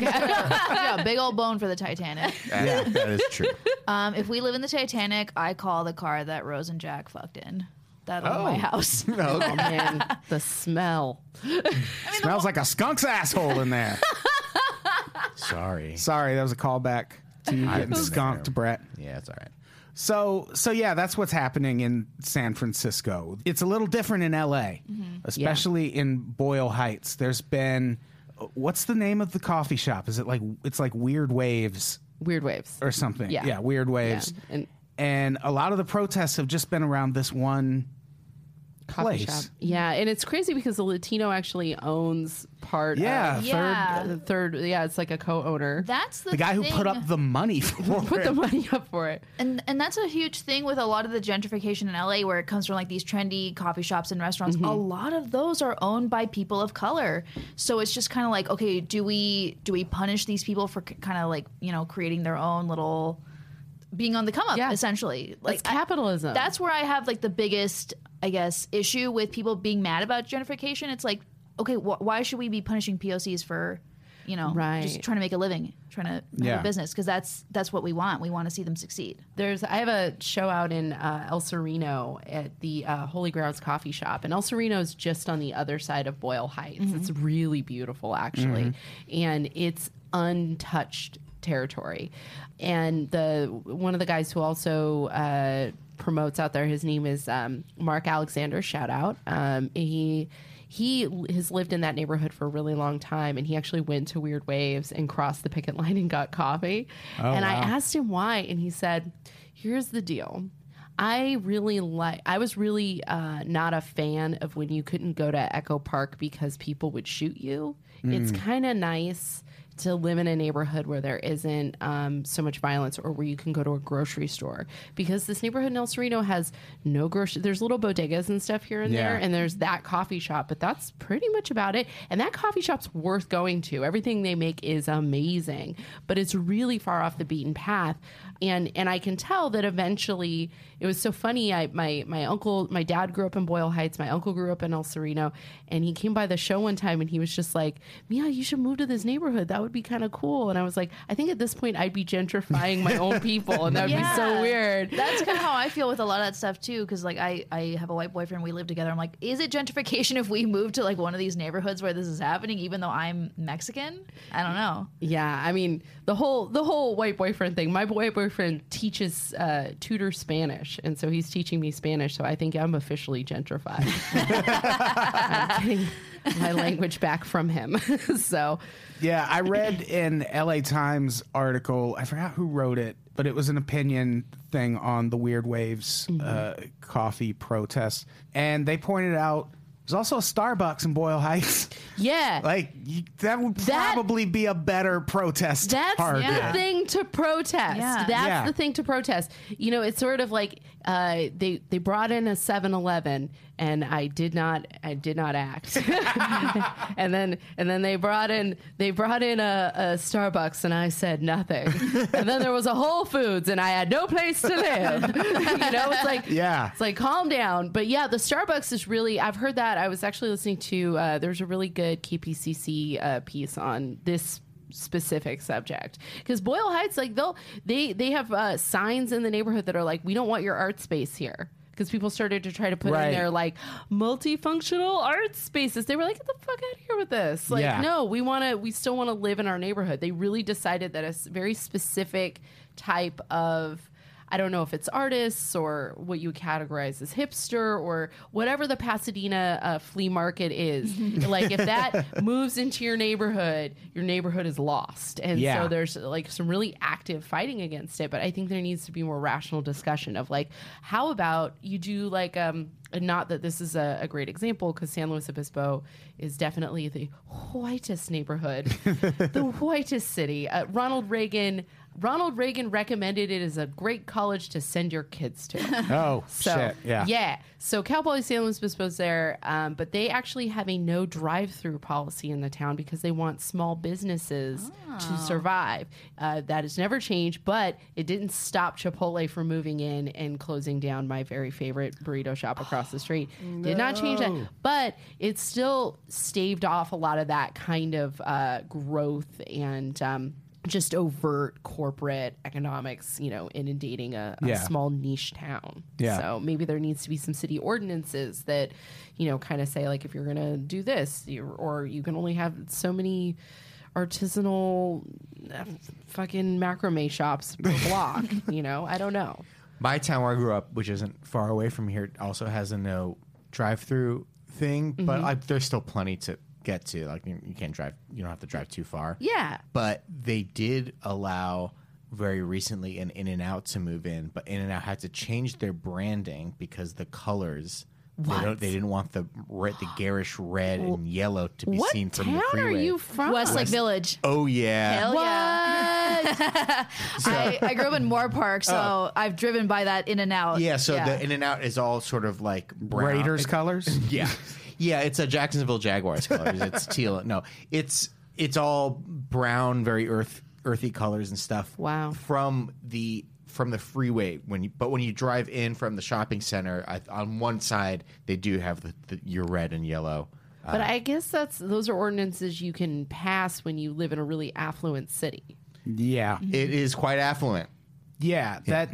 Speaker 4: yeah, big old bone for the Titanic.
Speaker 3: yeah, that is true.
Speaker 4: Um, if we live in the Titanic, I call the car that Rose and Jack fucked in. That'll be my house.
Speaker 5: Oh man, the smell.
Speaker 2: Smells like a skunk's asshole in there.
Speaker 3: Sorry.
Speaker 2: Sorry, that was a callback to you
Speaker 3: I've
Speaker 2: getting
Speaker 3: been
Speaker 2: skunked,
Speaker 3: there.
Speaker 2: Brett.
Speaker 3: Yeah, it's all right.
Speaker 2: So, so yeah, that's what's happening in San Francisco. It's a little different in LA,
Speaker 5: Mm-hmm.
Speaker 2: especially in Boyle Heights. There's been what's the name of the coffee shop? Is it like it's like Weird Waves
Speaker 5: Weird waves.
Speaker 2: or something?
Speaker 5: Yeah.
Speaker 2: Weird
Speaker 5: Yeah.
Speaker 2: Waves.
Speaker 5: And
Speaker 2: And a lot of the protests have just been around this one
Speaker 5: coffee
Speaker 2: place.
Speaker 5: shop. Yeah, and it's crazy because the Latino actually owns part.
Speaker 2: Yeah,
Speaker 5: of,
Speaker 4: Yeah.
Speaker 5: Third, third. Yeah, it's like a co-owner.
Speaker 4: That's the,
Speaker 2: the guy who put
Speaker 4: thing.
Speaker 2: up the money for
Speaker 5: Put
Speaker 2: it.
Speaker 5: the money up for it.
Speaker 4: And and that's a huge thing with a lot of the gentrification in LA where it comes from like these trendy coffee shops and restaurants.
Speaker 5: Mm-hmm.
Speaker 4: A lot of those are owned by people of color. So it's just kind of like, okay, do we do we punish these people for kind of like, you know, creating their own little being on the come up
Speaker 5: Yeah.
Speaker 4: essentially. Like
Speaker 5: It's capitalism.
Speaker 4: that's where I have like the biggest, I guess, issue with people being mad about gentrification. It's like, okay, wh- why should we be punishing POCs for, you know,
Speaker 5: Right.
Speaker 4: just trying to make a living, trying to
Speaker 2: Yeah.
Speaker 4: have a business? Because that's that's what we want. We want to see them succeed.
Speaker 5: There's I have a show out in uh, El Sereno at the uh, Holy Grounds Coffee Shop, and El Sereno is just on the other side of
Speaker 2: Mm-hmm.
Speaker 5: Boyle Heights. It's really beautiful, actually, and it's untouched territory. And the one of the guys who also uh, promotes out there, his name is um, Mark Alexander. Shout out. Um, he he l- has lived in that neighborhood for a really long time, and he actually went to Weird Waves and crossed the picket line and got coffee. and I asked him why, and he said, "Here's the deal." I really like. I was really uh, not a fan of when you couldn't go to Echo Park because people would shoot you. It's kind of nice to live in a neighborhood where there isn't um, so much violence, or where you can go to a grocery store because this neighborhood in El Sereno has no grocery. There's little bodegas and stuff here and there,
Speaker 3: Yeah.
Speaker 5: and there's that coffee shop, but that's pretty much about it. And that coffee shop's worth going to. Everything they make is amazing, but it's really far off the beaten path. And and I can tell that eventually it was so funny. I my my uncle, my dad grew up in Boyle Heights. My uncle grew up in El Sereno, and he came by the show one time and he was just like, "Mia, you should move to this neighborhood. That would be kind of cool." And I was like, "I think at this point I'd be gentrifying my own people, and that would be so
Speaker 4: Yeah.
Speaker 5: weird."
Speaker 4: That's kind of how I feel with a lot of that stuff too. Because like I, I have a white boyfriend. We live together. I'm like, is it gentrification if we move to like one of these neighborhoods where this is happening? Even though I'm Mexican, I don't know.
Speaker 5: Yeah, I mean the whole the whole white boyfriend thing. My white boyfriend teaches uh, tutor Spanish, and so he's teaching me Spanish. So I think I'm officially gentrified. I'm getting my language back from him. so
Speaker 2: Yeah, I read an LA Times article. I forgot who wrote it, but it was an opinion thing on the Weird Waves
Speaker 5: Mm-hmm.
Speaker 2: uh, coffee protest. And they pointed out there's also a Starbucks in Boyle Heights.
Speaker 5: yeah,
Speaker 2: like, you, that would
Speaker 5: That-
Speaker 2: probably be a better protest
Speaker 5: That's
Speaker 2: target.
Speaker 4: yeah.
Speaker 5: the thing to protest.
Speaker 4: Yeah.
Speaker 5: That's
Speaker 2: Yeah.
Speaker 5: the thing to protest. You know, it's sort of like uh, they they brought in a 7-Eleven and I did not I did not act. and then and then they brought in they brought in a, a Starbucks and I said nothing. and then there was a Whole Foods and I had no place to live. you know, it's like
Speaker 2: Yeah.
Speaker 5: it's like calm down. But yeah, the Starbucks is really. I've heard that. I was actually listening to. Uh, there's a really good KPCC uh, piece on this specific subject because Boyle Heights, like they'll they they have uh, signs in the neighborhood that are like, we don't want your art space here. Because people started to try to put
Speaker 2: Right.
Speaker 5: in their like multifunctional art spaces. They were like, "Get the fuck out of here with this!" Like,
Speaker 2: Yeah.
Speaker 5: no, we want to. We still want to live in our neighborhood. They really decided that a s- very specific type of I don't know if it's artists or what you would categorize as hipster or whatever the Pasadena uh, flea market is. like if that moves into your neighborhood, your neighborhood is lost. And
Speaker 2: Yeah.
Speaker 5: so there's like some really active fighting against it. But I think there needs to be more rational discussion of like, how about you do like, um, and not that this is a, a great example because San Luis Obispo is definitely the whitest neighborhood, the whitest city. Uh, Ronald Reagan. Ronald Reagan recommended it as a great college to send your kids to.
Speaker 2: Oh,
Speaker 5: So
Speaker 2: shit. Yeah.
Speaker 5: So Cowboy San Luis Obispo's there, um, but they actually have a no drive-through policy in the town because they want small businesses
Speaker 2: Ah.
Speaker 5: to survive. Uh, that has never changed, but it didn't stop Chipotle from moving in and closing down my very favorite burrito shop across the street. Did not change that, but it still staved off a lot of that kind of uh, growth and. Um, just overt corporate economics, you know, inundating a, a
Speaker 2: Yeah.
Speaker 5: small niche town.
Speaker 2: Yeah.
Speaker 5: So maybe there needs to be some city ordinances that, you know, kind of say like if you're going to do this, you or you can only have so many artisanal uh, fucking macrame shops per block. you know, I don't know.
Speaker 3: My town where I grew up, which isn't far away from here, also has a no drive-through thing, but I, there's still plenty to get to. Like you, you can't drive, you don't have to drive too far.
Speaker 5: Yeah.
Speaker 3: But they did allow very recently an In and Out to move in, but In and Out had to change their branding because the colors. They, don't, they didn't want the red, the garish red and yellow to be
Speaker 5: What
Speaker 3: seen from the
Speaker 5: town are
Speaker 3: freeway.
Speaker 5: you from?
Speaker 4: Westlake Village.
Speaker 3: oh yeah,
Speaker 4: Hell
Speaker 5: What?
Speaker 4: yeah. I, I grew up in Moore Park, so I've driven by that in and out.
Speaker 3: yeah. So the In and Out is all sort of like brown.
Speaker 2: Raiders colors?
Speaker 3: Yeah, yeah. It's a Jacksonville Jaguars colors. It's teal. No, it's it's all brown, very earth earthy colors and stuff.
Speaker 5: Wow.
Speaker 3: From the from the freeway when you, but when you drive in from the shopping center I, on one side they do have the, the your red and yellow.
Speaker 5: But
Speaker 2: uh,
Speaker 5: I guess that's those are ordinances you can pass when you live in a really affluent city.
Speaker 2: Yeah.
Speaker 5: Mm-hmm.
Speaker 3: It is quite affluent.
Speaker 2: Yeah, that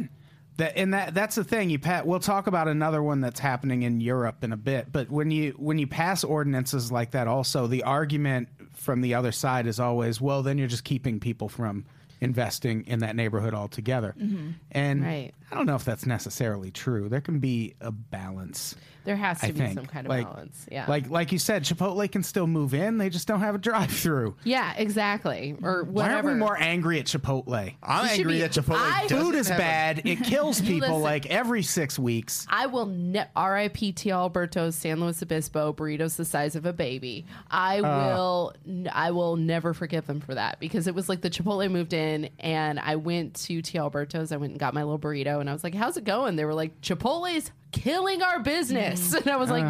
Speaker 2: that and that that's the thing. You pat. We'll talk about another one that's happening in Europe in a bit. But when you when you pass ordinances like that, also the argument from the other side is always, well, then you're just keeping people from investing in that neighborhood altogether. And
Speaker 5: Mm-hmm. Right.
Speaker 2: I don't know if that's necessarily true. There can be a balance.
Speaker 5: There has to
Speaker 2: I
Speaker 5: be
Speaker 2: think
Speaker 5: some kind of
Speaker 2: like,
Speaker 5: balance. Yeah.
Speaker 2: Like like you said, Chipotle can still move in. They just don't have a drive-through.
Speaker 5: yeah, exactly. Or
Speaker 2: Why
Speaker 5: whatever.
Speaker 2: aren't we more angry at Chipotle?
Speaker 3: I'm
Speaker 5: should
Speaker 3: angry
Speaker 5: be-
Speaker 3: that Chipotle
Speaker 5: I-
Speaker 3: doesn't
Speaker 2: Food is
Speaker 3: have a-
Speaker 2: bad. It kills people
Speaker 5: Listen.
Speaker 2: like every six weeks.
Speaker 5: I will ne- RIP T. Alberto's San Luis Obispo burritos the size of a baby.
Speaker 2: Uh.
Speaker 5: I will n- I will never forgive them for that because it was like the Chipotle moved in and I went to T. Alberto's. I went and got my little burrito and I was like, "How's it going?" They were like, "Chipotle's killing our business,"
Speaker 2: Mm.
Speaker 5: and I was like,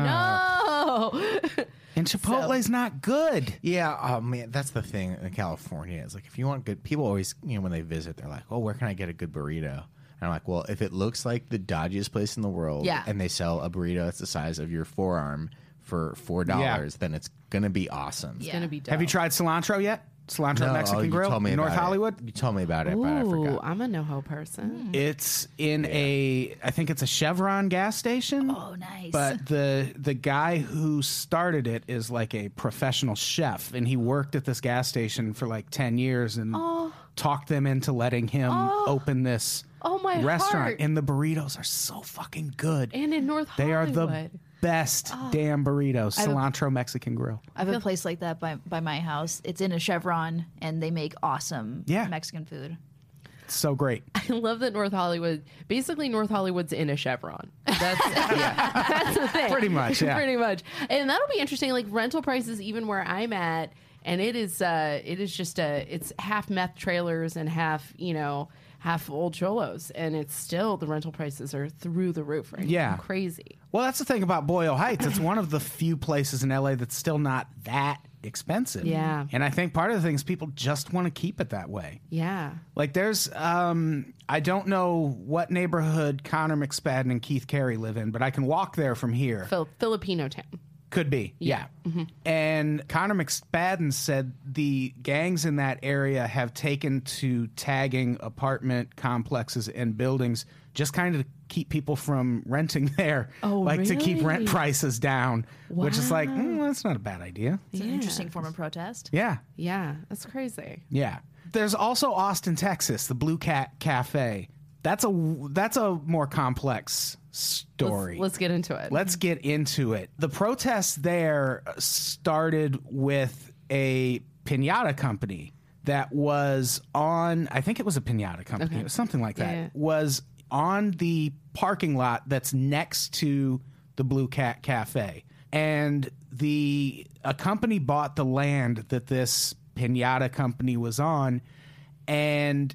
Speaker 2: Uh.
Speaker 5: "No."
Speaker 2: And Chipotle's not good.
Speaker 3: Yeah, oh man, that's the thing in California. It's like if you want good people always you know, when they visit, they're like, Oh, where can I get a good burrito? And I'm like, Well, if it looks like the dodgiest place in the world
Speaker 4: Yeah.
Speaker 3: and they sell a burrito that's the size of your forearm for four dollars, then it's gonna be awesome.
Speaker 4: Yeah.
Speaker 5: Gonna be dope.
Speaker 2: Have you tried cilantro yet? Cilantro
Speaker 3: No,
Speaker 2: Mexican
Speaker 3: oh, you
Speaker 2: Grill,
Speaker 3: told me
Speaker 2: North
Speaker 3: about it.
Speaker 2: Hollywood.
Speaker 3: You told me about it, but I
Speaker 5: Ooh,
Speaker 3: forgot.
Speaker 5: I'm a NoHo
Speaker 2: Mm.
Speaker 5: person.
Speaker 2: It's in a, I think it's a Chevron gas station.
Speaker 4: Oh, nice.
Speaker 2: But the the guy who started it is like a professional chef, and he worked at this gas station for like ten years and talked them into letting him open this
Speaker 5: Oh, my
Speaker 2: restaurant.
Speaker 5: heart.
Speaker 2: And the burritos are so fucking good.
Speaker 5: And in North
Speaker 2: they are
Speaker 5: Hollywood, Ah.
Speaker 2: the best damn burritos. Cilantro Mexican Grill.
Speaker 4: I have a place like that by, by my house. It's in a Chevron, and they make awesome
Speaker 2: Yeah.
Speaker 4: Mexican food.
Speaker 2: It's so great.
Speaker 5: I love that North Hollywood. Basically, North Hollywood's in a Chevron. That's that's the thing.
Speaker 2: Pretty much, yeah.
Speaker 5: Pretty much. And that'll be interesting. Like rental prices, even where I'm at, and it is uh, it is just a it's half meth trailers and half you know half old cholos, and it's still the rental prices are through the roof right now.
Speaker 2: Yeah.
Speaker 5: crazy.
Speaker 2: Well, that's the thing about Boyle Heights. It's one of the few places in LA that's still not that expensive.
Speaker 5: Yeah.
Speaker 2: And I think part of the thing is people just want to keep it that way.
Speaker 5: Yeah,
Speaker 2: Like there's um I don't know what neighborhood Connor McSpadden and Keith Carey live in, but I can walk there from here.
Speaker 5: Fil- Filipino town.
Speaker 2: Could be. Yeah.
Speaker 5: Mm-hmm.
Speaker 2: And Connor McSpadden said the gangs in that area have taken to tagging apartment complexes and buildings just kind of to keep people from renting there.
Speaker 5: Oh,
Speaker 2: like to keep rent
Speaker 5: really?
Speaker 2: prices down, which is like, mm, that's not a bad idea.
Speaker 4: It's an interesting form of protest.
Speaker 2: Yeah.
Speaker 5: Yeah, that's crazy.
Speaker 2: Yeah. There's also Austin, Texas, the Blue Cat Cafe. That's a that's a more complex story.
Speaker 5: Let's get into it.
Speaker 2: Let's get into it. The protests there started with a pinata company that was on, I think it was a pinata company, it was something like that,
Speaker 5: Yeah, yeah.
Speaker 2: was on the parking lot that's next to the Blue Cat Cafe. And the a company bought the land that this pinata company was on, and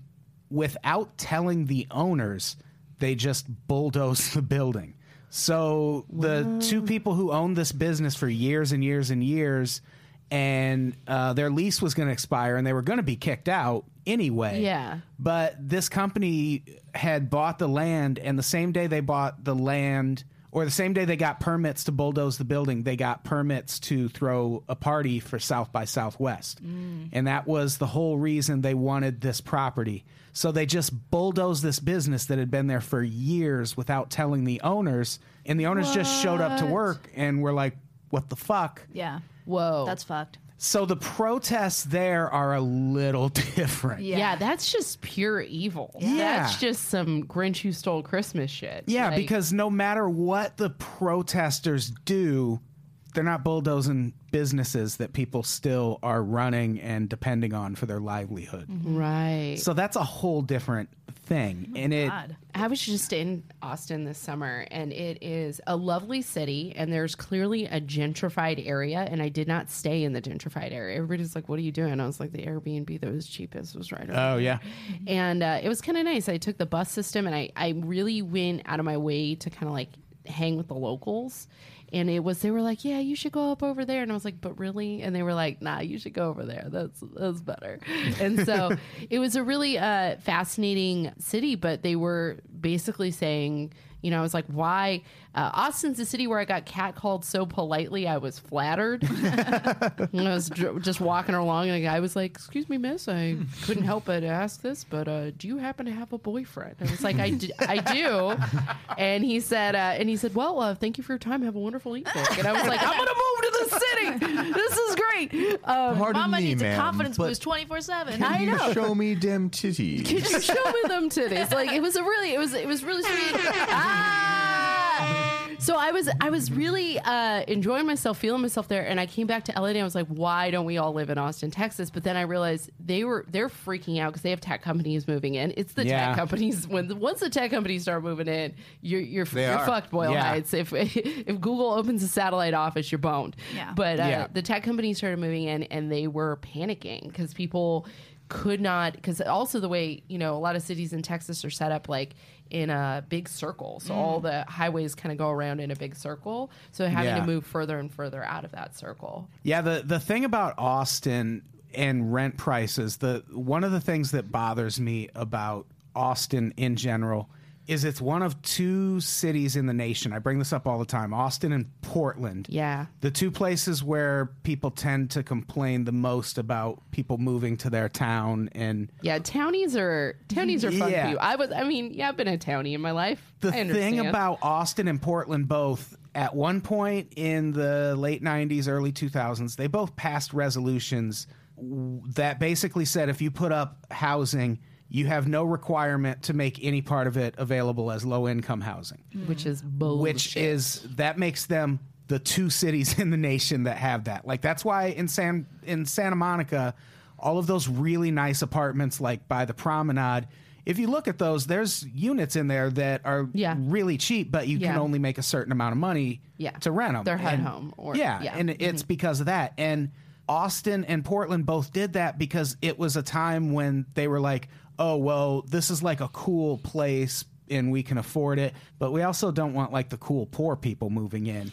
Speaker 2: without telling the owners, they just bulldozed the building. So the two people who owned this business for years and years and years, and uh, their lease was going to expire, and they were going to be kicked out anyway.
Speaker 5: Yeah.
Speaker 2: But this company had bought the land, and the same day they bought the land, or the same day they got permits to bulldoze the building, they got permits to throw a party for South by Southwest. And that was the whole reason they wanted this property. So they just bulldozed this business that had been there for years without telling the owners. And the owners just showed up to work and were like, what the fuck?
Speaker 4: Yeah.
Speaker 5: Whoa,
Speaker 4: That's fucked.
Speaker 2: So the protests there are a little different.
Speaker 5: Yeah. that's just pure evil.
Speaker 2: Yeah.
Speaker 5: That's just some Grinch who stole Christmas shit.
Speaker 2: Yeah,
Speaker 5: Like,
Speaker 2: because no matter what the protesters do, they're not bulldozing businesses that people still are running and depending on for their livelihood.
Speaker 5: Mm-hmm. right.
Speaker 2: So that's a whole different thing. and it
Speaker 4: God.
Speaker 5: I was just in Austin this summer, and it is a lovely city, and there's clearly a gentrified area. And I did not stay in the gentrified area. Everybody's like, "What are you doing?" I was like, "The Airbnb that was cheapest was right."
Speaker 2: Oh
Speaker 5: over
Speaker 2: yeah.
Speaker 5: and uh, it was kind of nice. I took the bus system, and I I really went out of my way to kind of like hang with the locals. And it was they were like, yeah, you should go up over there, and I was like, but really? And they were like, nah, you should go over there. That's that's better. And so it was a really uh, fascinating city, but they were basically saying. You know, I was like, why? Uh, Austin's the city where I got catcalled so politely, I was flattered. And I was dr- just walking along, and a guy was like, "Excuse me, miss, I couldn't help but ask this, but uh, do you happen to have a boyfriend?" And I was like, "I, d- I do," and he said, uh, "And he said, well, uh, thank you for your time. Have a wonderful evening." And I was like, "I'm gonna move to the city. This is great."
Speaker 3: Pardon
Speaker 4: Mama
Speaker 3: me,
Speaker 4: needs a
Speaker 3: ma'am,
Speaker 4: confidence
Speaker 3: but
Speaker 4: boost 24 7.
Speaker 3: Can you show me dim titty?
Speaker 5: Could you show me them titties? Like it was a really, it was, it was really sweet. Ah! So I was, I was really uh, enjoying myself, feeling myself there, and I came back to LA and I was like, why don't we all live in Austin, Texas? But then I realized they were, they're freaking out because they have tech companies moving in. It's the
Speaker 2: Yeah.
Speaker 5: tech companies when once the tech companies start moving in, you're you're,
Speaker 3: They
Speaker 5: you're
Speaker 3: are.
Speaker 5: fucked, Boyle
Speaker 2: Yeah.
Speaker 5: Heights. If if Google opens a satellite office, you're boned.
Speaker 4: Yeah.
Speaker 5: But uh,
Speaker 2: Yeah.
Speaker 5: the tech companies started moving in, and they were panicking because people could not. Because also the way you know a lot of cities in Texas are set up like in a big circle, so all
Speaker 2: Mm.
Speaker 5: the highways kind of go around in a big circle. So having
Speaker 2: Yeah.
Speaker 5: to move further and further out of that circle.
Speaker 2: Yeah, the the thing about Austin and rent prices, the one of the things that bothers me about Austin in general is it's one of two cities in the nation. I bring this up all the time. Austin and Portland.
Speaker 5: Yeah.
Speaker 2: The two places where people tend to complain the most about people moving to their town and
Speaker 5: Yeah, townies are townies are fun
Speaker 2: Yeah.
Speaker 5: too. I was, I mean, yeah, I've been a townie in my life.
Speaker 2: the
Speaker 5: I
Speaker 2: thing
Speaker 5: understand.
Speaker 2: about Austin and Portland both at one point in the late 90s early 2000s they both passed resolutions w- that basically said if you put up housing you have no requirement to make any part of it available as low income housing
Speaker 5: which is bullshit.
Speaker 2: which is that makes them the two cities in the nation that have that. Like that's why in San in Santa Monica, all of those really nice apartments like by the promenade, if you look at those, there's units in there that are
Speaker 5: Yeah.
Speaker 2: really cheap, but you can
Speaker 5: Yeah.
Speaker 2: only make a certain amount of money
Speaker 5: Yeah.
Speaker 2: to rent them.
Speaker 5: They're head home or-
Speaker 2: yeah,
Speaker 5: yeah. Mm-hmm.
Speaker 2: and it's because of that. And Austin and Portland both did that because it was a time when they were like, oh, well, this is like a cool place and we can afford it, but we also don't want like the cool poor people moving in.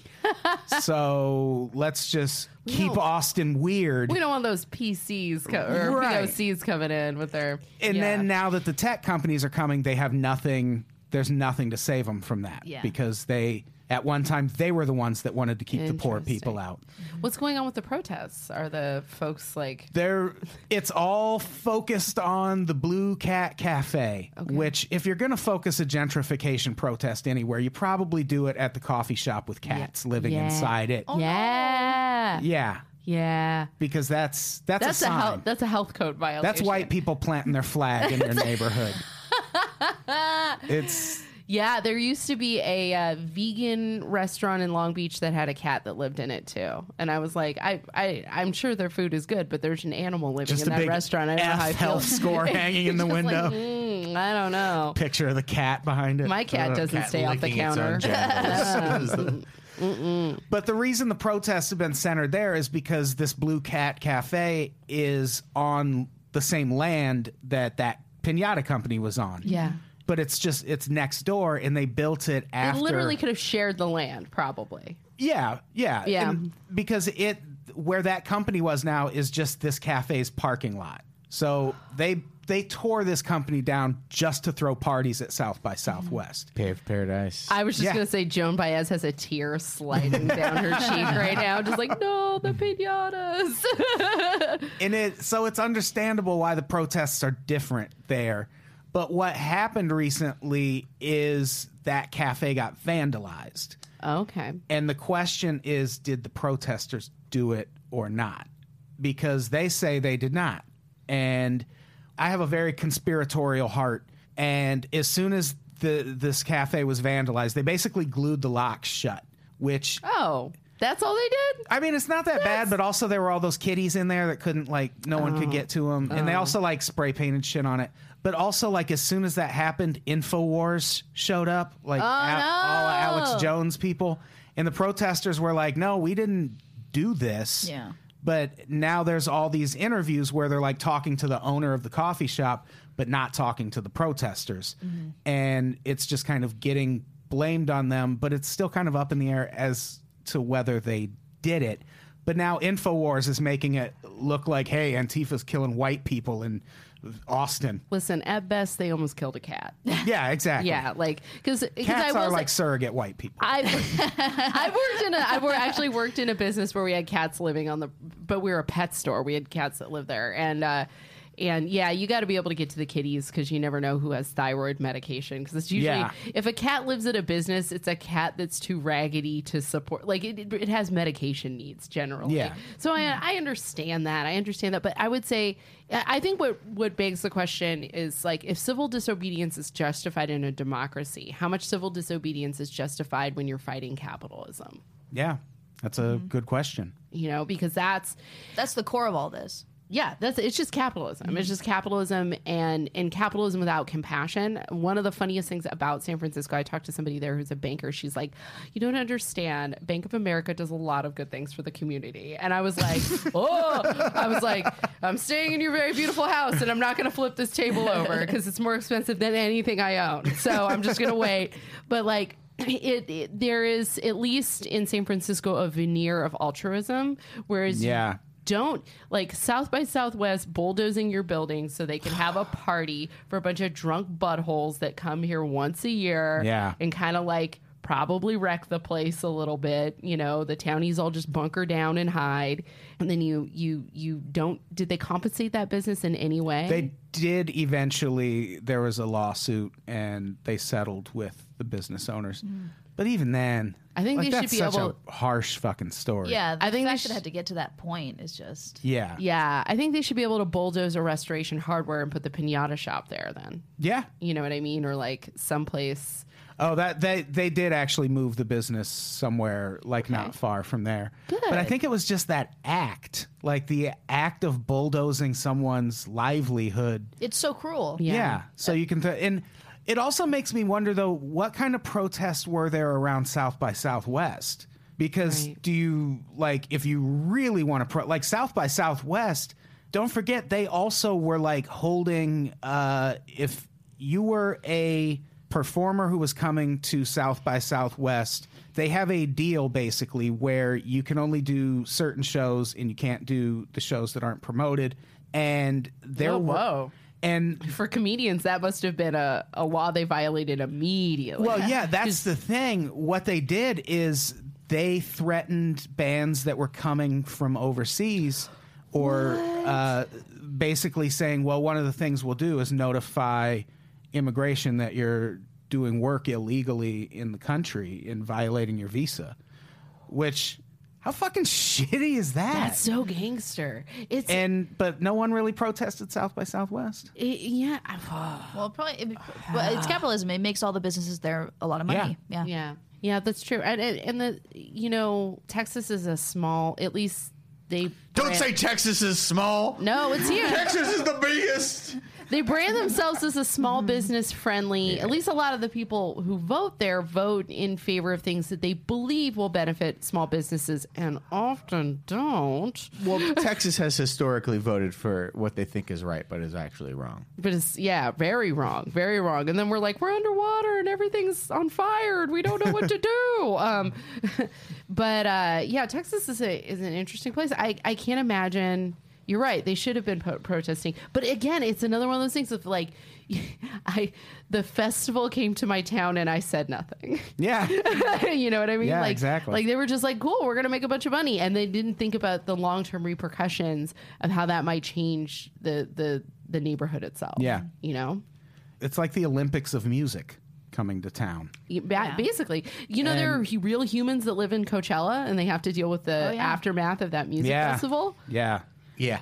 Speaker 2: so let's just keep
Speaker 5: don't-
Speaker 2: Austin weird.
Speaker 5: We don't want those PCs co- or
Speaker 2: Right.
Speaker 5: POCs coming in with their.
Speaker 2: and
Speaker 5: yeah.
Speaker 2: then now that the tech companies are coming, they have nothing. There's nothing to save them from that
Speaker 4: Yeah.
Speaker 2: because they, at one time, they were the ones that wanted to keep the poor people
Speaker 5: Interesting.
Speaker 2: out.
Speaker 5: what's going on with the protests? Are the folks like?
Speaker 2: They're it's all focused on the Blue Cat Cafe, which if you're going to focus a gentrification protest anywhere, you probably do it at the coffee shop with cats living
Speaker 5: Yeah. Oh.
Speaker 2: inside it.
Speaker 5: yeah,
Speaker 2: Yeah,
Speaker 5: yeah.
Speaker 2: because that's that's,
Speaker 5: That's
Speaker 2: a
Speaker 5: a
Speaker 2: sign.
Speaker 5: health. That's a health code violation.
Speaker 2: that's white people planting their flag in their neighborhood. it's
Speaker 5: Yeah, there used to be a uh, vegan restaurant in Long Beach that had a cat that lived in it too, and I was like, I, I, I'm sure their food is good, but there's an animal living
Speaker 2: just
Speaker 5: in
Speaker 2: a
Speaker 5: that
Speaker 2: big
Speaker 5: restaurant. I don't know
Speaker 2: F
Speaker 5: how I feel.
Speaker 2: health score hanging in the
Speaker 5: Just like,
Speaker 2: window.
Speaker 5: mm, I don't know.
Speaker 2: Picture of the cat behind it. Uh,
Speaker 5: My cat doesn't stay off the
Speaker 3: licking its
Speaker 5: counter.
Speaker 3: own genitals.
Speaker 2: But the reason the protests have been centered there is because this Blue Cat Cafe is on the same land that that pinata company was on.
Speaker 5: Yeah.
Speaker 2: But it's just it's next door, and they built it after.
Speaker 5: They literally could have shared the land, probably.
Speaker 2: Yeah, yeah,
Speaker 5: Yeah.
Speaker 2: And because it where that company was now is just this cafe's parking lot. So they they tore this company down just to throw parties at South by Southwest.
Speaker 3: Paved paradise.
Speaker 5: I was just
Speaker 2: Yeah.
Speaker 5: gonna say Joan Baez has a tear sliding down her cheek right now, just like no, the pinatas.
Speaker 2: and it so it's understandable why the protests are different there. But what happened recently is that cafe got vandalized.
Speaker 5: okay,
Speaker 2: And the question is did the protesters do it or not? Because they say they did not. And I have a very conspiratorial heart. And as soon as the, this cafe was vandalized, they basically glued the locks shut, which
Speaker 5: oh, that's all they did.
Speaker 2: I mean, it's not that bad, but also there were all those kitties in there that couldn't like no one could get to them, and they also like spray painted shit on it. But also, like as soon as that happened, Infowars showed up, like a- all Alex Jones people, and the protesters were like, "No, we didn't do this."
Speaker 4: Yeah.
Speaker 2: But now there's all these interviews where they're like talking to the owner of the coffee shop, but not talking to the protesters.
Speaker 5: Mm-hmm.
Speaker 2: And it's just kind of getting blamed on them, but it's still kind of up in the air as to whether they did it. But now InfoWars is making it look like, hey, Antifa's killing white people in Austin.
Speaker 5: Listen, at best they almost killed a cat.
Speaker 2: Yeah, exactly.
Speaker 5: yeah, like because I
Speaker 2: Cats
Speaker 5: will
Speaker 2: are
Speaker 5: say-
Speaker 2: like surrogate white people.
Speaker 5: I I worked in a I wor- actually worked in a business where we had cats living on the but we were a pet store. We had cats that lived there and uh And yeah, you got to be able to get to the kitties because you never know who has thyroid medication. Because it's usually,
Speaker 2: Yeah.
Speaker 5: if a cat lives at a business, it's a cat that's too raggedy to support. Like it, it, it has medication needs generally.
Speaker 2: Yeah.
Speaker 5: So I, I understand that. I understand that. But I would say, I I think what, what begs the question is like, if civil disobedience is justified in a democracy, how much civil disobedience is justified when you're fighting capitalism?
Speaker 2: Yeah, that's a
Speaker 5: Mm-hmm.
Speaker 2: good question.
Speaker 5: You know, because that's
Speaker 4: That's the core of all this.
Speaker 5: yeah that's it's just capitalism it's just capitalism and and capitalism without compassion one of the funniest things about san francisco i talked to somebody there who's a banker she's like you don't understand bank of america does a lot of good things for the community and i was like oh i was like i'm staying in your very beautiful house and i'm not going to flip this table over because it's more expensive than anything i own so i'm just going to wait but like it, it there is at least in san francisco a veneer of altruism whereas you
Speaker 2: Yeah.
Speaker 5: don't like South by Southwest bulldozing your building so they can have a party for a bunch of drunk buttholes that come here once a year
Speaker 2: Yeah.
Speaker 5: and kind of like probably wreck the place a little bit you know the townies all just bunker down and hide and then you you you don't did they compensate that business in any way
Speaker 2: They did eventually. There was a lawsuit, and they settled with the business owners. But even then,
Speaker 5: Mm. I think
Speaker 2: like,
Speaker 5: they should
Speaker 2: that's
Speaker 5: be
Speaker 2: such
Speaker 5: able-
Speaker 2: a harsh fucking story.
Speaker 5: I
Speaker 4: Yeah, I
Speaker 5: think
Speaker 4: think
Speaker 5: they
Speaker 4: I
Speaker 5: sh-
Speaker 4: should have to get to that point. Is just
Speaker 2: yeah,
Speaker 5: yeah i think they should be able to bulldoze a restoration hardware and put the piñata shop there then
Speaker 2: yeah.
Speaker 5: you know what i mean or like someplace
Speaker 2: Oh, that they they did actually move the business somewhere like not far from there. But I think it was just that act, like the act of bulldozing someone's livelihood.
Speaker 4: it's so cruel.
Speaker 2: Yeah. So you can th- and it also makes me wonder though what kind of protests were there around South by Southwest? Because
Speaker 5: Right.
Speaker 2: do you like if you really want to pro- like South by Southwest, don't forget they also were like holding uh if you were a performer who was coming to South by Southwest, they have a deal basically where you can only do certain shows and you can't do the shows that aren't promoted. And there
Speaker 5: Oh,
Speaker 2: were
Speaker 5: whoa.
Speaker 2: and
Speaker 5: for comedians that must have been a, a law they violated immediately
Speaker 2: Well, yeah, that's the thing. What they did is they threatened bands that were coming from overseas or uh, basically saying, well, one of the things we'll do is notify immigration that you're doing work illegally in the country and violating your visa, which. How fucking shitty is that?
Speaker 5: that's so gangster it's
Speaker 2: and but no one really protested South by Southwest.
Speaker 5: it- yeah I-
Speaker 4: Well, probably. It, well, it's capitalism. It makes all the businesses there a lot of money. Yeah.
Speaker 5: yeah yeah that's true and, and and the you know texas is a small at least they
Speaker 3: Don't
Speaker 5: brand-
Speaker 3: say Texas is small.
Speaker 5: no it's huge
Speaker 3: Texas is the biggest.
Speaker 5: they brand themselves as a small business friendly. At least a lot of the people who vote there vote in favor of things that they believe will benefit small businesses and often don't.
Speaker 3: Well, Texas has historically voted for what they think is right, but is actually wrong.
Speaker 5: But it's yeah, very wrong, very wrong. And then we're like, we're underwater and everything's on fire and we don't know what to do. Um, but uh, yeah, Texas is a is an interesting place. I I can't imagine. You're right. They should have been po- protesting. But again, it's another one of those things of like, I the festival came to my town and I said nothing.
Speaker 2: Yeah,
Speaker 5: you know what I mean?
Speaker 2: Yeah,
Speaker 5: like,
Speaker 2: exactly.
Speaker 5: Like they were just like, cool, we're going to make a bunch of money, and they didn't think about the long term repercussions of how that might change the the the neighborhood itself.
Speaker 2: Yeah.
Speaker 5: you know.
Speaker 2: it's like the Olympics of music coming to town.
Speaker 5: You- ba- Basically, you know, there are hu- real humans that live in Coachella and they have to deal with the
Speaker 4: Oh, yeah.
Speaker 5: aftermath of that music
Speaker 2: Yeah.
Speaker 5: festival.
Speaker 2: Yeah.
Speaker 3: Yeah,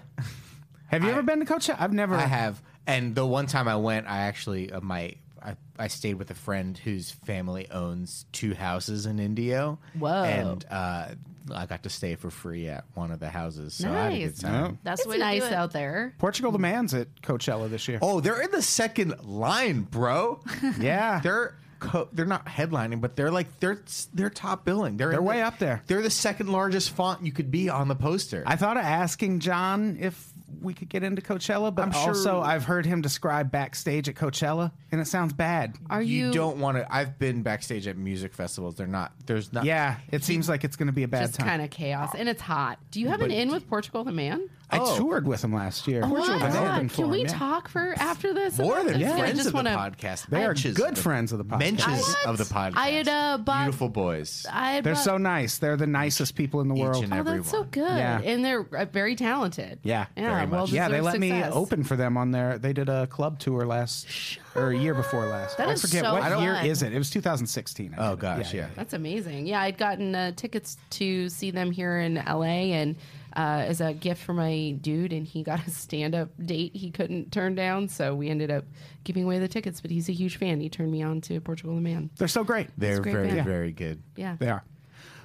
Speaker 2: Have you ever been to Coachella? I've never.
Speaker 3: I have. And the one time I went, I actually uh, my I, I stayed with a friend whose family owns two houses in Indio.
Speaker 5: Whoa.
Speaker 3: And uh, I got to stay for free at one of the houses, so I had a good
Speaker 5: Nice.
Speaker 3: time.
Speaker 4: That's
Speaker 5: It's
Speaker 4: the way
Speaker 5: nice
Speaker 4: to do it.
Speaker 5: out there.
Speaker 2: Portugal demands at Coachella this year.
Speaker 3: Oh, they're in the second line, bro.
Speaker 2: yeah.
Speaker 3: they're co- they're not headlining, but they're like they're they're top billing. They're
Speaker 2: They're
Speaker 3: in
Speaker 2: way
Speaker 3: the-
Speaker 2: up there.
Speaker 3: They're the second largest font you could be on the poster.
Speaker 2: I thought of asking John if we could get into Coachella, but
Speaker 3: I'm sure-
Speaker 2: also I've heard him describe backstage at Coachella, and it sounds bad.
Speaker 5: Are you,
Speaker 3: you, don't want to. I've been backstage at music festivals. They're not. There's not.
Speaker 2: Yeah, it seems like it's going to be a bad
Speaker 5: just
Speaker 2: time.
Speaker 5: kind of chaos and it's hot? Do you have an in with Portugal the Man?
Speaker 2: I
Speaker 3: Oh.
Speaker 2: toured with them last year.
Speaker 5: What?
Speaker 2: I opened for
Speaker 5: Can we
Speaker 2: them, yeah.
Speaker 5: talk for after this?
Speaker 3: More
Speaker 5: about
Speaker 3: than
Speaker 5: this? 'Cause I
Speaker 3: friends
Speaker 5: just
Speaker 3: of the
Speaker 5: wanna-
Speaker 3: podcast.
Speaker 2: They are
Speaker 3: Mentions
Speaker 2: good friends of the podcast.
Speaker 3: Mentions
Speaker 4: What?
Speaker 3: of the podcast.
Speaker 5: I had, uh, bought-
Speaker 3: Beautiful boys.
Speaker 5: I had
Speaker 2: They're
Speaker 5: brought-
Speaker 2: so nice. They're the nicest people in the
Speaker 3: Each
Speaker 2: world.
Speaker 3: and
Speaker 5: Oh,
Speaker 3: every
Speaker 5: that's so
Speaker 3: one.
Speaker 5: good,
Speaker 2: Yeah.
Speaker 5: and they're uh, very talented.
Speaker 2: Yeah,
Speaker 5: yeah,
Speaker 3: very much.
Speaker 5: well
Speaker 2: yeah, they let
Speaker 5: success.
Speaker 2: me open for them on their. They did a club tour last or a year before last.
Speaker 5: That
Speaker 2: I
Speaker 5: is
Speaker 2: forget
Speaker 5: so
Speaker 2: what year
Speaker 5: fun.
Speaker 2: is it. It was 2016. I
Speaker 3: Oh,
Speaker 2: did it.
Speaker 3: gosh, yeah.
Speaker 5: That's amazing. Yeah, I'd gotten uh, tickets to see them here in LA, and uh, as a gift for my dude, and he got a stand-up date he couldn't turn down, so we ended up giving away the tickets. But he's a huge fan. He turned me on to Portugal the Man.
Speaker 2: They're so great.
Speaker 3: They're
Speaker 5: great
Speaker 3: very,
Speaker 5: band.
Speaker 3: very good.
Speaker 5: Yeah,
Speaker 2: They are.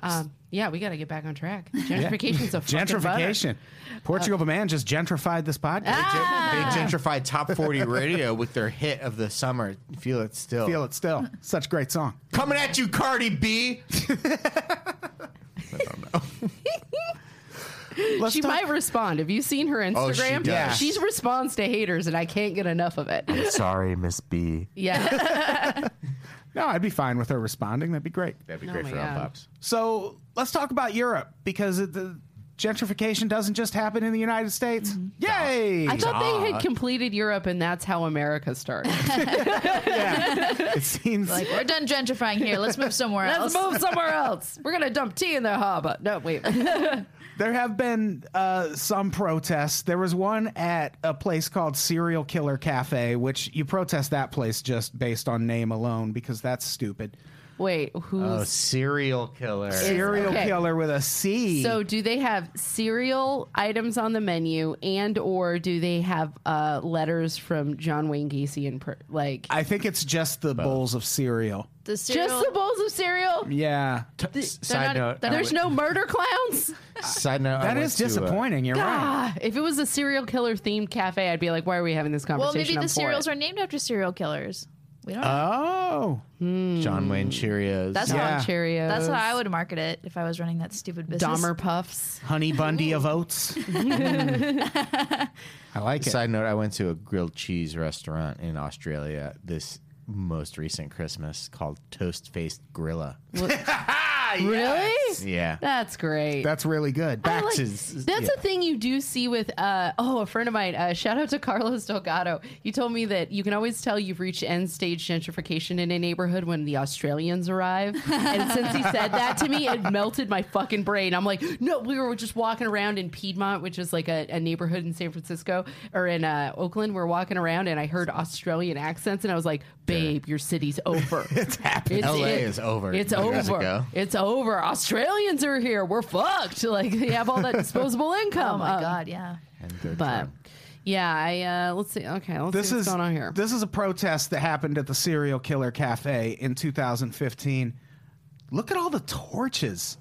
Speaker 5: Um, yeah, we got to get back on track. Gentrification's a fucking butter.
Speaker 2: Gentrification. Portugal the Man just gentrified this podcast.
Speaker 5: Ah!
Speaker 3: They gentrified top 40 radio with their hit of the summer. Feel it still.
Speaker 2: Feel it still. Such great song.
Speaker 3: Coming at you, Cardi B.
Speaker 2: Let's
Speaker 5: She
Speaker 2: talk-
Speaker 5: might respond. Have you seen her Instagram?
Speaker 3: Oh, she does. Yeah.
Speaker 5: She responds to haters, and I can't get enough of it.
Speaker 3: Sorry, Miss B.
Speaker 5: Yeah.
Speaker 2: No, I'd be fine with her responding. That'd be great.
Speaker 3: That'd be
Speaker 5: Oh
Speaker 3: great
Speaker 5: my
Speaker 3: for Elm
Speaker 5: God.
Speaker 3: Pops.
Speaker 2: So let's talk about Europe because it, the gentrification doesn't just happen in the United States. Yay!
Speaker 5: Mm-hmm. I thought they had completed Europe, and that's how America started.
Speaker 2: yeah. It seems
Speaker 4: Like we're done gentrifying here. Let's move somewhere else.
Speaker 5: Let's move somewhere else. We're gonna dump tea in the harbor. No, wait.
Speaker 2: There have been uh, some protests. There was one at a place called Serial Killer Cafe, which you protest that place just based on name alone because that's stupid.
Speaker 5: Wait,
Speaker 3: Oh,
Speaker 5: who's
Speaker 3: serial killer.
Speaker 2: Serial
Speaker 5: okay.
Speaker 2: killer with a C.
Speaker 5: so do they have cereal items on the menu and or do they have uh, letters from John Wayne Gacy and per- like
Speaker 2: I think it's just the bowls of cereal.
Speaker 4: The
Speaker 5: just the bowls of cereal?
Speaker 2: Yeah.
Speaker 3: S- side,
Speaker 4: not-
Speaker 3: note,
Speaker 4: they're
Speaker 3: I
Speaker 5: There's
Speaker 3: went-
Speaker 5: no murder clowns.
Speaker 3: side note. I
Speaker 2: That
Speaker 3: went
Speaker 2: is
Speaker 3: to, uh,
Speaker 2: disappointing. You're right.
Speaker 5: Ah, if it was a serial killer themed cafe, I'd be like, why are we having this
Speaker 4: well,
Speaker 5: conversation?
Speaker 4: maybe
Speaker 5: I'm
Speaker 4: the
Speaker 5: for
Speaker 4: cereals
Speaker 5: it.
Speaker 4: are named after serial killers. We don't.
Speaker 2: Oh.
Speaker 4: know.
Speaker 3: John Wayne Cheerios.
Speaker 4: that's
Speaker 2: yeah.
Speaker 4: how.
Speaker 5: Cheerios.
Speaker 4: That's how I would market it if I was running that stupid business.
Speaker 5: Dahmer puffs.
Speaker 2: Honey Bundy of oats. I like it.
Speaker 3: Side note: I went to a grilled cheese restaurant in Australia this most recent Christmas called Toast Faced Grilla.
Speaker 5: Really?
Speaker 3: Yeah,
Speaker 5: That's great.
Speaker 2: That's really good. Back
Speaker 5: like-
Speaker 2: to
Speaker 5: That's a thing you do see with uh, oh a friend of mine. Uh, shout out to Carlos Delgado. You told me that you can always tell you've reached end stage gentrification in a neighborhood when the Australians arrive. and since he said that to me, it melted my fucking brain. I'm like, no, we were just walking around in Piedmont, which is like a, a neighborhood in San Francisco or in uh, Oakland. We're walking around and I heard Australian accents and I was like, babe, your city's over. it's happening.
Speaker 3: LA is over
Speaker 5: It's
Speaker 3: years
Speaker 5: over.
Speaker 3: ago.
Speaker 5: It's over. Australians are here. We're fucked. Like they have all that disposable income.
Speaker 4: Oh my
Speaker 5: Um,
Speaker 4: god! Yeah.
Speaker 3: and they're
Speaker 5: But
Speaker 3: drunk.
Speaker 5: yeah, I uh, let's see. Okay, let's
Speaker 2: this
Speaker 5: see what's
Speaker 2: is
Speaker 5: going on here.
Speaker 2: This is a protest that happened at the Serial Killer Cafe in 2015. Look at all the torches.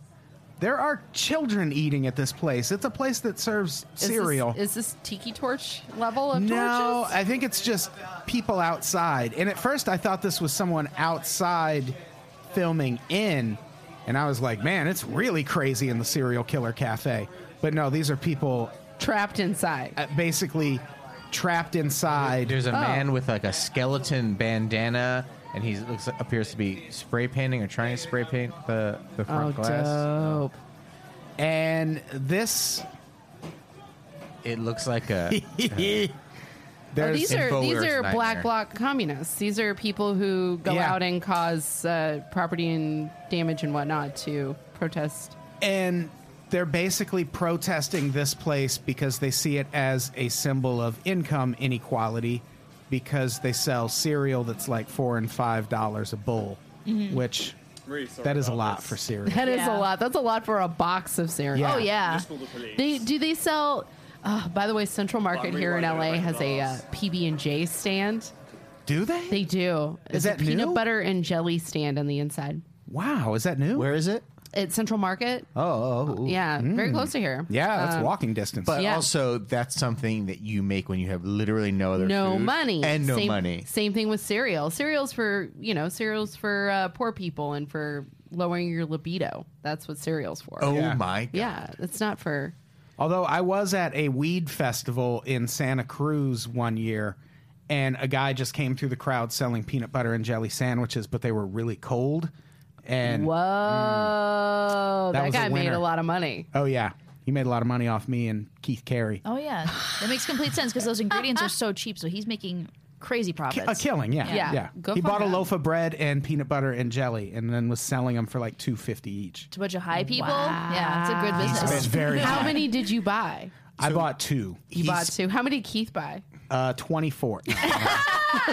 Speaker 2: There are children eating at this place. It's a place that serves
Speaker 5: Is this-
Speaker 2: cereal.
Speaker 5: Is this tiki torch level of
Speaker 2: no,
Speaker 5: torches?
Speaker 2: I think it's just people outside. And at first, I thought this was someone outside filming in, and I was like, "Man, it's really crazy in the Serial Killer Cafe." But no, these are people
Speaker 5: Trapped inside.
Speaker 2: uh, basically trapped
Speaker 5: Oh.
Speaker 2: inside.
Speaker 3: There's a man with like a skeleton bandana, and he looks appears to be spray painting or trying to spray paint the the front
Speaker 5: oh,
Speaker 3: glass.
Speaker 5: dope.
Speaker 2: And this
Speaker 3: It looks like a
Speaker 5: Oh,
Speaker 2: There's,
Speaker 5: these are
Speaker 3: Infowars
Speaker 5: these are black
Speaker 3: nightmare.
Speaker 5: bloc communists. These are people who go
Speaker 2: Yeah.
Speaker 5: out and cause uh, property and damage and whatnot to protest.
Speaker 2: and they're basically protesting this place because they see it as a symbol of income inequality because they sell cereal that's like four and five dollars a bowl,
Speaker 5: Mm-hmm.
Speaker 2: which
Speaker 6: Really sorry
Speaker 2: that is a
Speaker 6: about
Speaker 2: lot
Speaker 6: this.
Speaker 2: for cereal.
Speaker 5: That is
Speaker 4: Yeah.
Speaker 5: a lot. That's a lot for a box of cereal.
Speaker 2: Yeah.
Speaker 4: Oh yeah.
Speaker 6: Just call the police.
Speaker 5: They do they sell? Uh, by the way, Central Market
Speaker 6: Well,
Speaker 5: here in
Speaker 6: we wanna
Speaker 5: LA
Speaker 6: go
Speaker 5: has a uh,
Speaker 6: McDonald's.
Speaker 5: PB and J stand.
Speaker 2: Do they?
Speaker 5: They do.
Speaker 2: Is
Speaker 5: It's
Speaker 2: that
Speaker 5: a peanut
Speaker 2: new?
Speaker 5: butter and jelly stand on the inside?
Speaker 2: wow, is that new?
Speaker 3: where is it?
Speaker 5: At Central Market.
Speaker 3: Oh, oh, oh.
Speaker 5: Yeah, very close to here.
Speaker 2: Yeah, that's
Speaker 5: Um,
Speaker 2: walking distance.
Speaker 3: But
Speaker 5: Yeah.
Speaker 3: also, that's something that you make when you have literally no other
Speaker 5: No
Speaker 3: food
Speaker 5: money
Speaker 3: and no
Speaker 5: Same-
Speaker 3: money.
Speaker 5: Same thing with cereal. Cereals for you know cereals for uh, poor people and for lowering your libido. That's what cereals for.
Speaker 3: Oh
Speaker 2: Yeah.
Speaker 3: my god!
Speaker 5: yeah, it's not for.
Speaker 2: Although I was at a weed festival in Santa Cruz one year, and a guy just came through the crowd selling peanut butter and jelly sandwiches, but they were really cold. And
Speaker 5: Whoa,
Speaker 2: That
Speaker 3: Mm.
Speaker 5: that,
Speaker 2: was a
Speaker 5: oh, guy made
Speaker 2: winner.
Speaker 5: a lot of money.
Speaker 2: oh yeah, He made a lot of money off me and Keith Carey.
Speaker 4: Oh yeah, that makes complete sense because those ingredients are so cheap. So he's making crazy profits.
Speaker 2: A killing, yeah, yeah.
Speaker 5: Yeah. Go
Speaker 2: he
Speaker 5: fuck
Speaker 2: bought a
Speaker 5: him.
Speaker 2: loaf of bread and peanut butter and jelly, and then was selling them for like two fifty each.
Speaker 4: to a bunch of high people. Yeah, it's a good business.
Speaker 3: It's very
Speaker 5: How
Speaker 3: high.
Speaker 5: many did you buy?
Speaker 2: I bought two,
Speaker 5: You bought two. How many did Keith buy?
Speaker 2: uh, twenty four.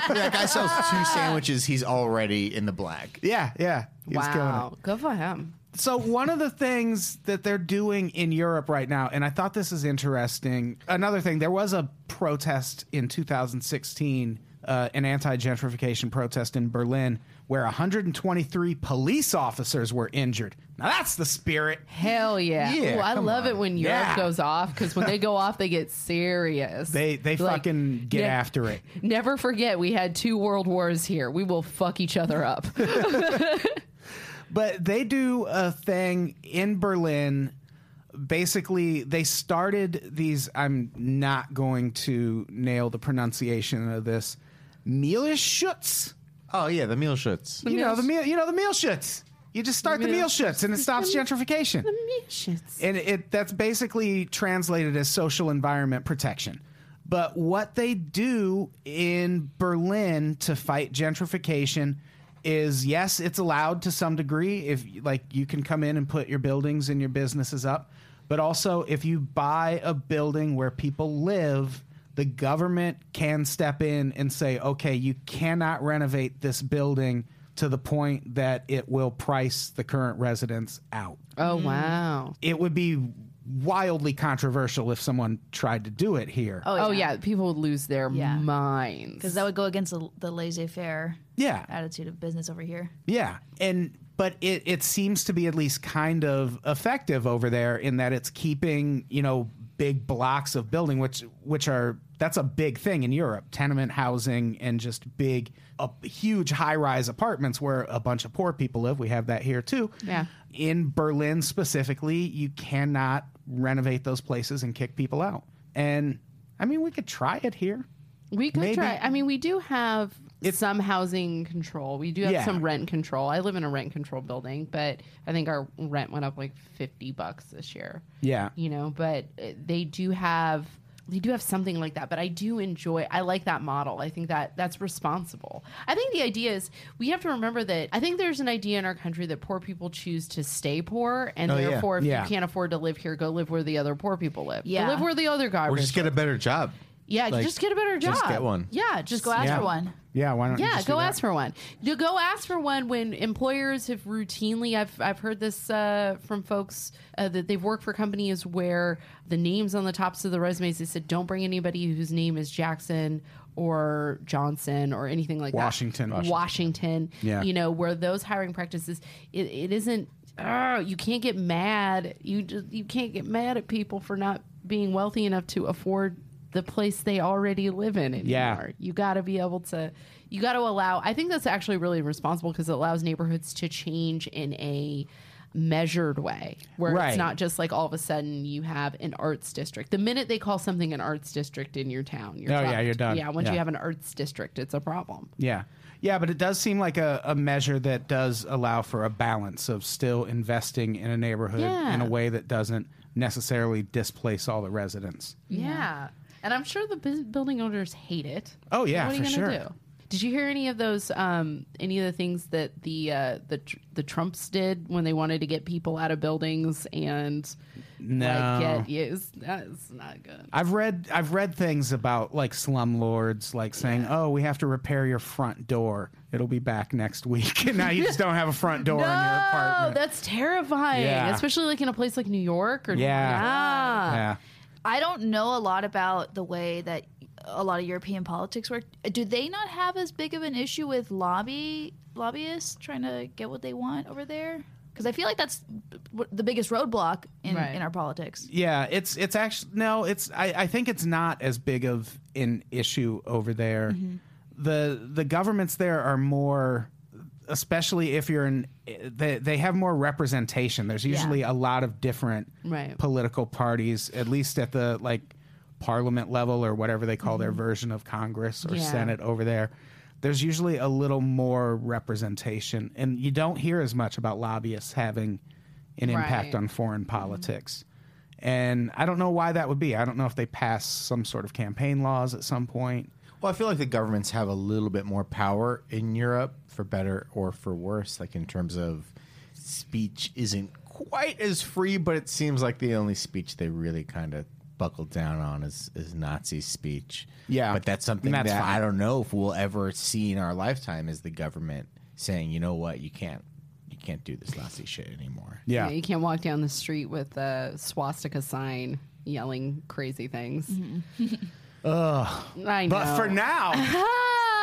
Speaker 3: that guy sells two sandwiches. He's already in the black.
Speaker 2: yeah, yeah. He was killing it.
Speaker 5: Go for him.
Speaker 2: So one of the things that they're doing in Europe right now, and I thought this is interesting. Another thing, there was a protest in 2016, uh, an anti-gentrification protest in Berlin, where 123 police officers were injured. Now that's the spirit.
Speaker 5: Hell yeah.
Speaker 2: Yeah,
Speaker 5: Ooh, I
Speaker 2: come
Speaker 5: love
Speaker 2: on.
Speaker 5: it when Europe
Speaker 2: Yeah.
Speaker 5: goes off because when they go off, they get serious.
Speaker 2: They they
Speaker 5: Like,
Speaker 2: fucking get
Speaker 5: ne-
Speaker 2: after it.
Speaker 5: Never forget, we had two world wars here. We will fuck each other up.
Speaker 2: But they do a thing in Berlin. Basically, they started these. I'm not going to nail the pronunciation of this. Mehlschutz.
Speaker 3: Oh yeah, the meal shits.
Speaker 2: You know the meal. You know the meal shits. You just start the
Speaker 5: meal
Speaker 2: meal shits, and it stops gentrification. And it that's basically translated as social environment protection. But what they do in Berlin to fight gentrification is yes, it's allowed to some degree if like you can come in and put your buildings and your businesses up, but also if you buy a building where people live, the government can step in and say, "Okay, you cannot renovate this building to the point that it will price the current residents out."
Speaker 5: oh,
Speaker 4: Mm.
Speaker 5: wow.
Speaker 2: it would be wildly controversial if someone tried to do it here.
Speaker 5: Oh, yeah. People would lose their
Speaker 4: Yeah.
Speaker 5: minds.
Speaker 4: Because that would go against the, the laissez-faire
Speaker 2: yeah,
Speaker 4: attitude of business over here.
Speaker 2: yeah, and but it it seems to be at least kind of effective over there in that it's keeping you know big blocks of building, which which are that's a big thing in Europe, tenement housing and just big, uh, huge high rise apartments where a bunch of poor people live. We have that here too.
Speaker 5: Yeah.
Speaker 2: in Berlin specifically, you cannot renovate those places and kick people out. And I mean, we could try it here.
Speaker 5: We could
Speaker 2: Maybe-
Speaker 5: try. I mean, we do have some housing control. We do have
Speaker 2: Yeah.
Speaker 5: some rent control. I live in a rent control building, but I think our rent went up like fifty bucks this year.
Speaker 2: Yeah.
Speaker 5: you know, but uh, they do have they do have something like that. But I do enjoy. I like that model. I think that that's responsible. I think the idea is we have to remember that. I think there's an idea in our country that poor people choose to stay poor, and
Speaker 3: Oh, yeah.
Speaker 5: therefore, if
Speaker 2: Yeah.
Speaker 5: you can't afford to live here, go live where the other poor people live. Go
Speaker 4: Yeah.
Speaker 5: live where the other
Speaker 3: Or
Speaker 5: garbage.
Speaker 3: just get a better job.
Speaker 5: Yeah,
Speaker 3: Like,
Speaker 5: just get a better job.
Speaker 3: just get one.
Speaker 5: Yeah, just
Speaker 4: Just go ask
Speaker 2: Yeah.
Speaker 4: for one.
Speaker 2: Yeah, why don't you
Speaker 5: Yeah,
Speaker 2: just do
Speaker 5: go
Speaker 2: that?
Speaker 5: ask for one. You go ask for one when employers have routinely. I've I've heard this uh, from folks uh, that they've worked for companies where the names on the tops of the resumes they said don't bring anybody whose name is Jackson or Johnson or anything like
Speaker 2: Washington.
Speaker 5: that.
Speaker 2: Washington.
Speaker 5: Washington.
Speaker 2: Yeah.
Speaker 5: you know where those hiring practices. It, it isn't. Uh, you can't get mad. You just, you can't get mad at people for not being wealthy enough to afford the place they already live in anymore.
Speaker 2: Yeah.
Speaker 5: You got to be able to, you got to allow, I think that's actually really responsible because it allows neighborhoods to change in a measured way where
Speaker 2: Right.
Speaker 5: it's not just like all of a sudden you have an arts district. The minute they call something an arts district in your town, you're
Speaker 2: Oh, yeah,
Speaker 5: fucked.
Speaker 2: you're done.
Speaker 5: Yeah, once
Speaker 2: Yeah.
Speaker 5: you have an arts district, it's a problem.
Speaker 2: Yeah. Yeah, but it does seem like a, a measure that does allow for a balance of still investing in a neighborhood
Speaker 5: Yeah.
Speaker 2: in a way that doesn't necessarily displace all the residents.
Speaker 5: Yeah. And I'm sure the bus- building owners hate it.
Speaker 2: Oh, yeah,
Speaker 5: What are you
Speaker 2: for
Speaker 5: gonna
Speaker 2: sure.
Speaker 5: do? Did you hear any of those um, any of the things that the uh, the tr- the Trumps did when they wanted to get people out of buildings and
Speaker 2: No.
Speaker 5: like get yes, that's not good.
Speaker 2: I've read I've read things about like slumlords like saying, "Oh, we have to repair your front door. It'll be back next week." And now you just don't have a front door in your
Speaker 5: Oh,
Speaker 2: apartment.
Speaker 5: that's terrifying.
Speaker 2: Yeah.
Speaker 5: Especially like in a place like New York or
Speaker 2: Yeah.
Speaker 5: Ah.
Speaker 2: yeah.
Speaker 4: I don't know a lot about the way that a lot of European politics work. Do they not have as big of an issue with lobby lobbyists trying to get what they want over there? Because I feel like that's b- b- the biggest roadblock in,
Speaker 5: Right.
Speaker 4: in our politics.
Speaker 2: Yeah, it's it's actually no, it's I, I think it's not as big of an issue over there.
Speaker 5: Mm-hmm.
Speaker 2: The the governments there are more especially if you're in they they have more representation. There's usually a lot of different
Speaker 5: Right.
Speaker 2: political parties at least at the like parliament level or whatever they call their version of Congress or
Speaker 5: Mm-hmm. Yeah.
Speaker 2: Senate over there. There's usually a little more representation and you don't hear as much about lobbyists having an impact
Speaker 5: Right. Mm-hmm.
Speaker 2: on foreign politics. And I don't know why that would be. I don't know if they pass some sort of campaign laws at some point.
Speaker 3: Well, I feel like the governments have a little bit more power in Europe, for better or for worse. Like in terms of speech, isn't quite as free, but it seems like the only speech they really kind of buckled down on is is Nazi speech.
Speaker 2: Yeah.
Speaker 3: but that's something
Speaker 2: And that's
Speaker 3: that
Speaker 2: fine.
Speaker 3: I don't know if we'll ever see in our lifetime is the government saying, you know what, you can't, you can't do this Nazi shit anymore.
Speaker 2: Yeah.
Speaker 5: You can't walk down the street with a swastika sign yelling crazy things. I know.
Speaker 2: Mm-hmm. But for now,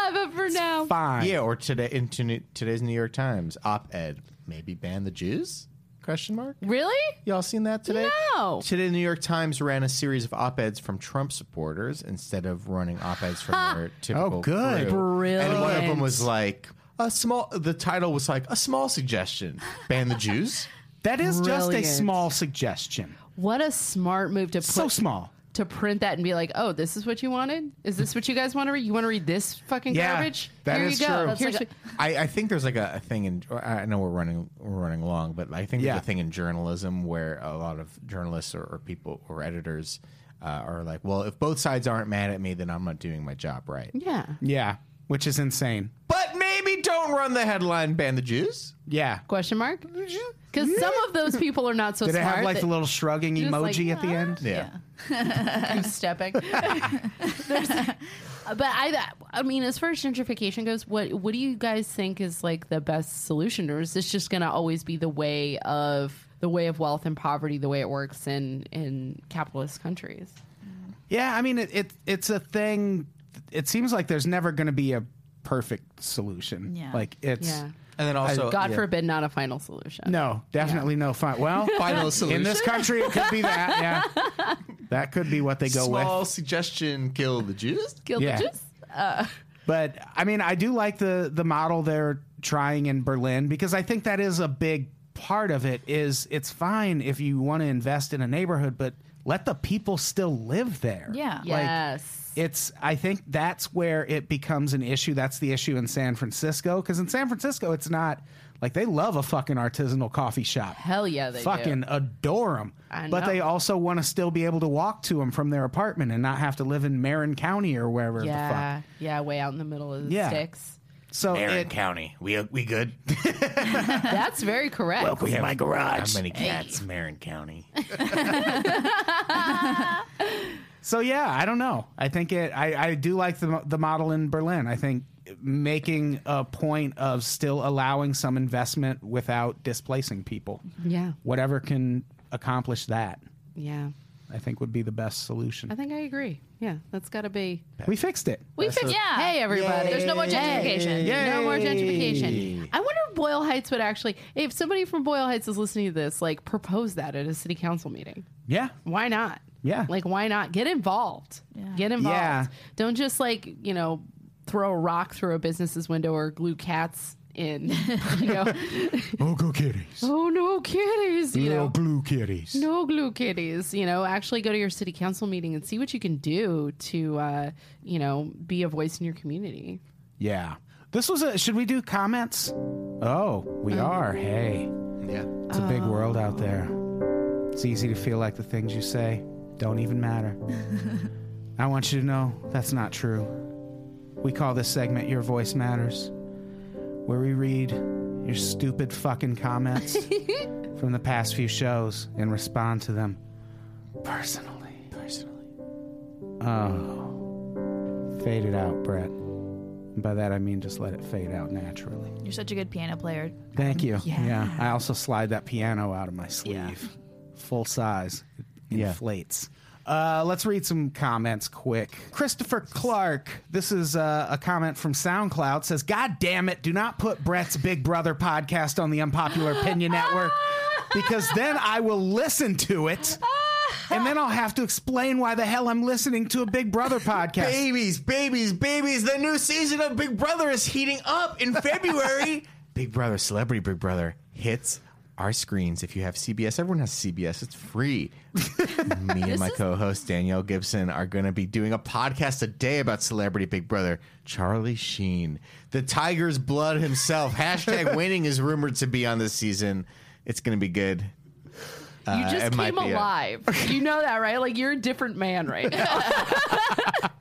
Speaker 5: Ah, but for now.
Speaker 2: fine.
Speaker 3: Yeah, or today in to, today's New York Times op-ed, maybe ban the Jews? Question mark.
Speaker 5: Really?
Speaker 3: Y'all seen that today?
Speaker 5: No.
Speaker 3: Today, the New York Times ran a series of op-eds from Trump supporters instead of running op-eds from their typical.
Speaker 2: Oh, good.
Speaker 3: crew. And one of them
Speaker 5: Brilliant.
Speaker 3: was like a small. The title was like a small suggestion: ban the Jews.
Speaker 2: That is just a
Speaker 5: Brilliant.
Speaker 2: small suggestion.
Speaker 5: What a smart move to put
Speaker 2: So small.
Speaker 5: to print that and be like, "Oh, this is what you wanted? Is this what you guys want to read? You want to read this fucking
Speaker 2: Yeah,
Speaker 5: garbage?
Speaker 3: that
Speaker 5: Here
Speaker 3: is
Speaker 5: you go.
Speaker 3: true.
Speaker 5: Here's
Speaker 4: like
Speaker 5: what-
Speaker 3: I, I think there's like a, a thing in. or I know we're running we're running long, but I think
Speaker 2: Yeah.
Speaker 3: there's a thing in journalism where a lot of journalists or, or people or editors uh, are like, well, if both sides aren't mad at me, then I'm not doing my job right.
Speaker 5: yeah.
Speaker 2: Yeah. Which is insane.
Speaker 3: But maybe don't run the headline "Ban the Jews."
Speaker 2: Yeah.
Speaker 5: Question mark? Because some of those people are not so
Speaker 2: Did it
Speaker 5: smart.
Speaker 2: have like
Speaker 5: that-
Speaker 2: the little shrugging
Speaker 5: just like,
Speaker 2: emoji at the end?
Speaker 3: Yeah.
Speaker 4: I'm stepping.
Speaker 5: but I, I mean, as far as gentrification goes, what what do you guys think is like the best solution, or is this just going to always be the way of the way of wealth and poverty, the way it works in in capitalist countries?
Speaker 2: Yeah, I mean it, it it's a thing. It seems like there's never going to be a perfect solution.
Speaker 4: Yeah.
Speaker 2: Like it's
Speaker 5: Yeah.
Speaker 3: And then also,
Speaker 5: God
Speaker 3: yeah.
Speaker 5: forbid, not a final solution.
Speaker 2: no, definitely no fun. Well,
Speaker 3: final
Speaker 2: in
Speaker 3: solution.
Speaker 2: this country it could be that. Yeah. that could be what they go
Speaker 3: small
Speaker 2: with.
Speaker 3: suggestion: kill the Jews.
Speaker 5: Guilt
Speaker 2: Yeah.
Speaker 5: just-
Speaker 2: But I mean, I do like the the model they're trying in Berlin because I think that is a big part of it is it's fine if you want to invest in a neighborhood but let the people still live there.
Speaker 4: Yeah.
Speaker 5: Yes.
Speaker 2: it's i think that's where it becomes an issue that's the issue in san francisco because in san francisco it's not like they love a fucking artisanal coffee shop
Speaker 5: Hell yeah, they do.
Speaker 2: fucking adore them
Speaker 5: I
Speaker 2: but
Speaker 5: know.
Speaker 2: they also want to still be able to walk to them from their apartment and not have to live in marin county or wherever
Speaker 5: yeah.
Speaker 2: the
Speaker 5: Yeah. Way out in the middle of the
Speaker 2: Yeah.
Speaker 5: sticks.
Speaker 2: fuck so it,
Speaker 3: County, we we good.
Speaker 5: That's very correct.
Speaker 3: we have my garage. How many cats, Marin County?
Speaker 2: so yeah i don't know i think it i, I do like the, mo- the model in berlin i think making a point of still allowing some investment without displacing people
Speaker 5: Yeah.
Speaker 2: whatever can accomplish that
Speaker 5: Yeah.
Speaker 2: I think would be the best
Speaker 5: I
Speaker 2: solution.
Speaker 5: think I agree. Yeah. That's got to be.
Speaker 2: We fixed it.
Speaker 5: We fixed
Speaker 4: Yeah.
Speaker 5: Hey, everybody.
Speaker 4: There's no more gentrification.
Speaker 5: No more gentrification. I wonder if Boyle Heights would actually, if somebody from Boyle Heights is listening to this, like propose that at a city council meeting.
Speaker 2: Yeah.
Speaker 5: Why not?
Speaker 2: Yeah.
Speaker 5: Like, why not? Get involved.
Speaker 4: Yeah.
Speaker 5: Get involved.
Speaker 2: Yeah.
Speaker 5: Don't just like, you know, throw a rock through a business's window or glue cats in. You know,
Speaker 2: Oh, go kitties.
Speaker 5: oh, no kitties. You know,
Speaker 2: glue kitties.
Speaker 5: no glue kitties you know actually go to your city council meeting and see what you can do to uh, you know be a voice in your community
Speaker 2: Yeah. This was a. Should we do comments? Oh, we are. Hey,
Speaker 3: Yeah.
Speaker 2: it's a big world out there. It's easy to feel like the things you say don't even matter. I want you to know that's not true. We call this segment Your Voice Matters, where we read your stupid fucking comments from the past few shows and respond to them personally.
Speaker 3: Personally,
Speaker 2: Oh. Fade it out, Brett. And by that I mean just let it fade out naturally.
Speaker 4: You're such a good piano player.
Speaker 2: Thank you.
Speaker 4: Yeah.
Speaker 2: I also slide that piano out of my sleeve. Full size. It
Speaker 3: Yeah.
Speaker 2: inflates. Uh, let's read some comments quick. Christopher Clark, this is uh, a comment from SoundCloud, says, God damn it, do not put Brett's Big Brother podcast on the Unpopular Opinion Network because then I will listen to it and then I'll have to explain why the hell I'm listening to a Big Brother podcast.
Speaker 3: babies, babies, babies. The new season of Big Brother is heating up in February. Big Brother, Celebrity Big Brother hits our screens. If you have CBS, everyone has CBS. It's free. Me and my co-host Danielle Gibson are going to be doing a podcast a day about Celebrity Big Brother. Charlie Sheen, the Tiger's blood himself. Hashtag winning is rumored to be on this season. It's going to be good.
Speaker 2: Uh,
Speaker 5: You just
Speaker 2: it might
Speaker 5: came
Speaker 2: be a-
Speaker 5: alive. you know that, right? Like you're a different man right now.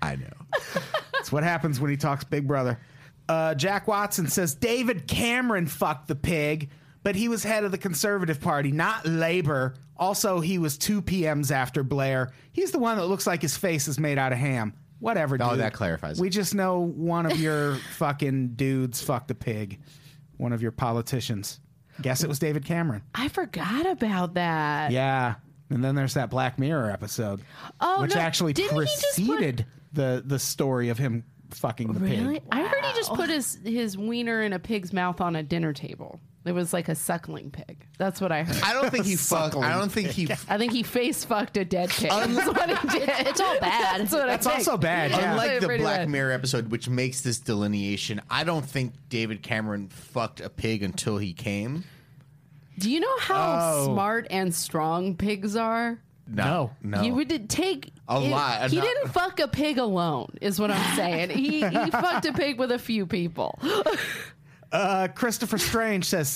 Speaker 2: I know. That's what happens when he talks Big Brother. Uh, Jack Watson says David Cameron fucked the pig, but he was head of the Conservative Party, not Labor. Also, he was two PMs after Blair. He's the one that looks like his face is made out of ham. Whatever. Dude.
Speaker 3: Oh, that clarifies it.
Speaker 2: We just know one of your fucking dudes fucked the pig. One of your politicians. Guess it was David Cameron.
Speaker 5: I forgot about that.
Speaker 2: Yeah. And then there's that Black Mirror episode,
Speaker 5: Oh,
Speaker 2: which
Speaker 5: no.
Speaker 2: actually
Speaker 5: Didn't he just put-
Speaker 2: preceded the the story of him fucking the
Speaker 5: Really?
Speaker 2: pig.
Speaker 5: I heard he just put his his wiener in a pig's mouth on a dinner table. It was like a suckling pig. That's what I heard.
Speaker 3: I don't think he fucked.
Speaker 2: Suckling
Speaker 3: I don't think he. f-
Speaker 5: I think he face fucked a dead pig. That's what he did.
Speaker 4: It's all bad.
Speaker 5: That's what I
Speaker 2: That's
Speaker 5: think.
Speaker 2: Um, also bad. Yeah.
Speaker 3: Unlike the
Speaker 5: Pretty
Speaker 3: Black
Speaker 5: bad.
Speaker 3: Mirror episode, which makes this delineation, I don't think David Cameron fucked a pig until he came.
Speaker 5: Do you know how
Speaker 2: Oh.
Speaker 5: smart and strong pigs are?
Speaker 3: No, no.
Speaker 2: Oh.
Speaker 5: He would take
Speaker 3: A
Speaker 5: it-
Speaker 3: lot,
Speaker 5: He
Speaker 3: not-
Speaker 5: didn't fuck a pig alone, is what I'm saying. he he fucked a pig with a few people.
Speaker 2: Uh, Christopher Strange says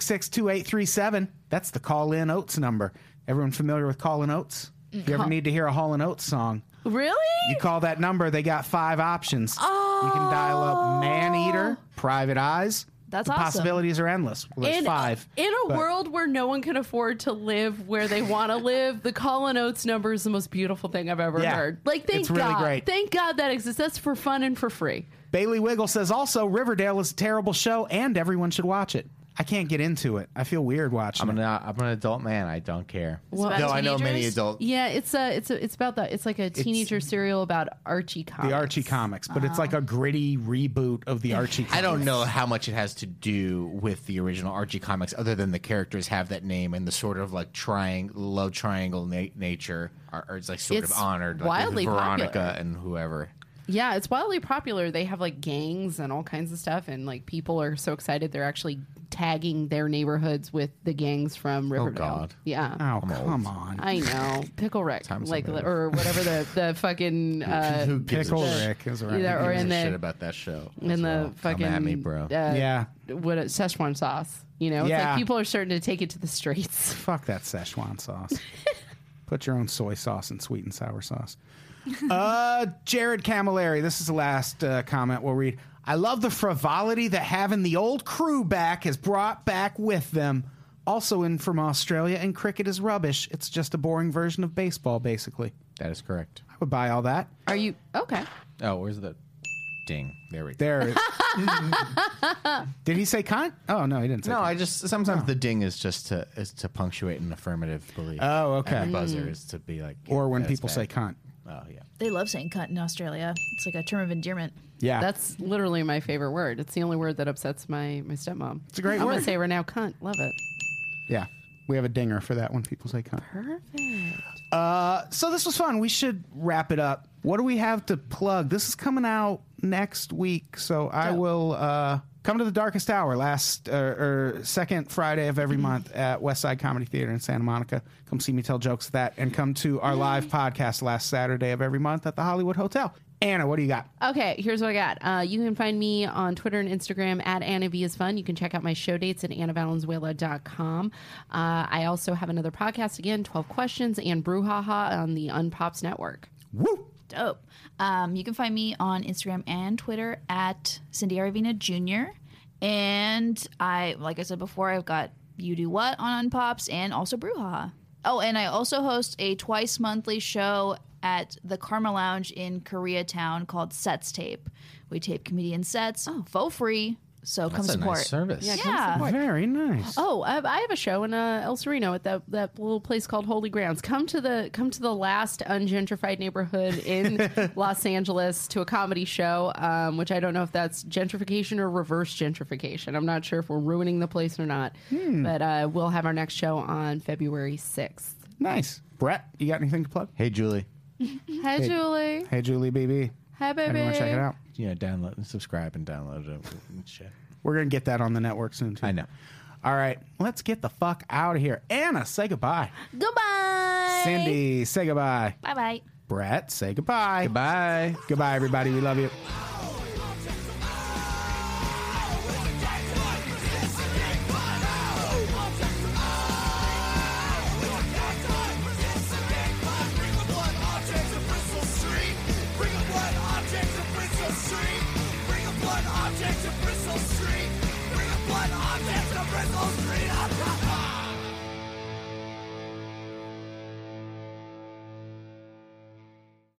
Speaker 2: 719-266-2837. That's the call in Oates number. Everyone familiar with call in Oates? If
Speaker 5: Mm-hmm.
Speaker 2: you ever need to hear a Hall and Oates song,
Speaker 5: Really?
Speaker 2: you call that number. They got five options. You can dial
Speaker 5: Oh.
Speaker 2: up Man Eater, Private Eyes.
Speaker 4: That's
Speaker 2: the
Speaker 4: awesome.
Speaker 2: possibilities are endless. Well, there's
Speaker 5: in,
Speaker 2: five.
Speaker 5: in a
Speaker 2: but-
Speaker 5: world where no one can afford to live where they want to live, the Colin Oates number is the most beautiful thing I've ever
Speaker 2: Yeah.
Speaker 5: heard. Like, thank
Speaker 2: It's really
Speaker 5: God,
Speaker 2: great.
Speaker 5: thank God that exists. That's for fun and for free.
Speaker 2: Bailey Wiggle says also Riverdale is a terrible show and everyone should watch it. I can't get into it. I feel weird watching
Speaker 3: I'm
Speaker 2: it.
Speaker 3: an uh, I'm an adult man. I don't care.
Speaker 4: about
Speaker 3: Though I know many
Speaker 4: teenagers?
Speaker 3: adult.
Speaker 5: Yeah, it's a, it's a, it's about that. It's like a teenager serial about Archie comics. Oh.
Speaker 2: the Archie comics, but it's like a gritty reboot of the Archie. comics.
Speaker 3: I don't know how much it has to do with the original Archie comics, other than the characters have that name and the sort of like triangle, love triangle na- nature, are, are it's like sort
Speaker 5: It's
Speaker 3: of honored, like with
Speaker 5: wildly
Speaker 3: Veronica
Speaker 5: popular.
Speaker 3: and whoever.
Speaker 5: Yeah, it's wildly popular. They have like gangs and all kinds of stuff, and like people are so excited they're actually tagging their neighborhoods with the gangs from Riverdale.
Speaker 3: Oh, God.
Speaker 5: Yeah.
Speaker 2: Oh come on,
Speaker 5: I know pickle Rick, like
Speaker 3: up, man.
Speaker 5: or whatever the the fucking uh,
Speaker 3: Who gives
Speaker 2: Pickle
Speaker 3: a
Speaker 2: Rick is right.
Speaker 5: either or
Speaker 3: gives
Speaker 5: in
Speaker 3: a shit
Speaker 5: the
Speaker 3: about that show? as
Speaker 5: in
Speaker 3: well?
Speaker 5: the
Speaker 3: Come
Speaker 5: fucking
Speaker 3: at me, bro.
Speaker 5: Uh,
Speaker 2: Yeah.
Speaker 5: what a Szechuan sauce. You know, it's
Speaker 2: Yeah.
Speaker 5: like people are starting to take it to the streets.
Speaker 2: Fuck that Szechuan sauce. Put your own soy sauce and sweet and sour sauce. Uh, Jared Camilleri, this is the last uh, comment we'll read. I love the frivolity that having the old crew back has brought back with them. Also in from Australia, and cricket is rubbish. It's just a boring version of baseball, basically.
Speaker 3: That is correct.
Speaker 2: I would buy all that.
Speaker 5: Are you okay?
Speaker 3: Oh, where's the ding? There we go.
Speaker 2: There. it- Did he say cunt? Oh no, he didn't say.
Speaker 3: No,
Speaker 2: cunt.
Speaker 3: I just sometimes the ding is just to is to punctuate an affirmative belief.
Speaker 2: Oh, okay.
Speaker 3: And the buzzer is to be like,
Speaker 2: or when
Speaker 3: "That's
Speaker 2: people say
Speaker 3: bad."
Speaker 2: cunt.
Speaker 3: oh yeah,
Speaker 4: They love saying cunt in Australia. It's like a term of endearment.
Speaker 2: Yeah,
Speaker 5: That's literally my favorite word. It's the only word that upsets my my stepmom. It's
Speaker 2: a great
Speaker 5: I'm
Speaker 2: word.
Speaker 5: gonna say it right now, cunt. Love it.
Speaker 2: yeah. We have a dinger for that when people say cunt. Uh,
Speaker 5: Perfect.
Speaker 2: so this was fun. We should wrap it up. What do we have to plug? This is coming out next week, so I will uh, come to the Darkest Hour last or or second Friday of every month at Westside Comedy Theater in Santa Monica. Come see me tell jokes at that, and come to our live podcast last Saturday of every month at the Hollywood Hotel. Anna, what do you got?
Speaker 5: Okay, here's what I got. Uh, you can find me on Twitter and Instagram at Anna V is Fun. You can check out my show dates at AnnaValenzuela.com. Uh, I also have another podcast again, 12 Questions and Brouhaha on the Unpops Network.
Speaker 2: Woo!
Speaker 4: Dope. Um, you can find me on Instagram and Twitter at Cindy Aravina Jr. And I, like I said before, I've got You Do What on Unpops and also Brouhaha. Oh, and I also host a twice monthly show at the Karma Lounge in Koreatown called Sets Tape. We tape comedian sets, faux free, so come
Speaker 3: Oh. that's a
Speaker 4: support.
Speaker 3: nice service.
Speaker 4: Yeah.
Speaker 2: Very nice.
Speaker 5: Oh, I, I have a show in uh, El Sereno at that, that little place called Holy Grounds. Come to the come to the last ungentrified neighborhood in Los Angeles to a comedy show, um, which I don't know if that's gentrification or reverse gentrification. I'm not sure if we're ruining the place or not, but uh, we'll have our next show on February 6th.
Speaker 2: Nice. Brett, you got anything to plug?
Speaker 3: Hey, Julie,
Speaker 5: Hi, Julie.
Speaker 2: Hey, Julie BB.
Speaker 5: Hi, baby.
Speaker 2: Everyone, check it out.
Speaker 3: you know, download and subscribe and download it. and shit.
Speaker 2: We're gonna get that on the network soon too.
Speaker 3: I know.
Speaker 2: All right, let's get the fuck out of here. Anna, say goodbye.
Speaker 4: Goodbye.
Speaker 2: Cindy, say goodbye.
Speaker 4: Bye bye.
Speaker 2: Brett, say goodbye.
Speaker 3: Goodbye.
Speaker 2: Goodbye, everybody. We love you.
Speaker 7: It's a big one. It's a big one. Oh, it's a big one.
Speaker 8: An object of bristles, green up.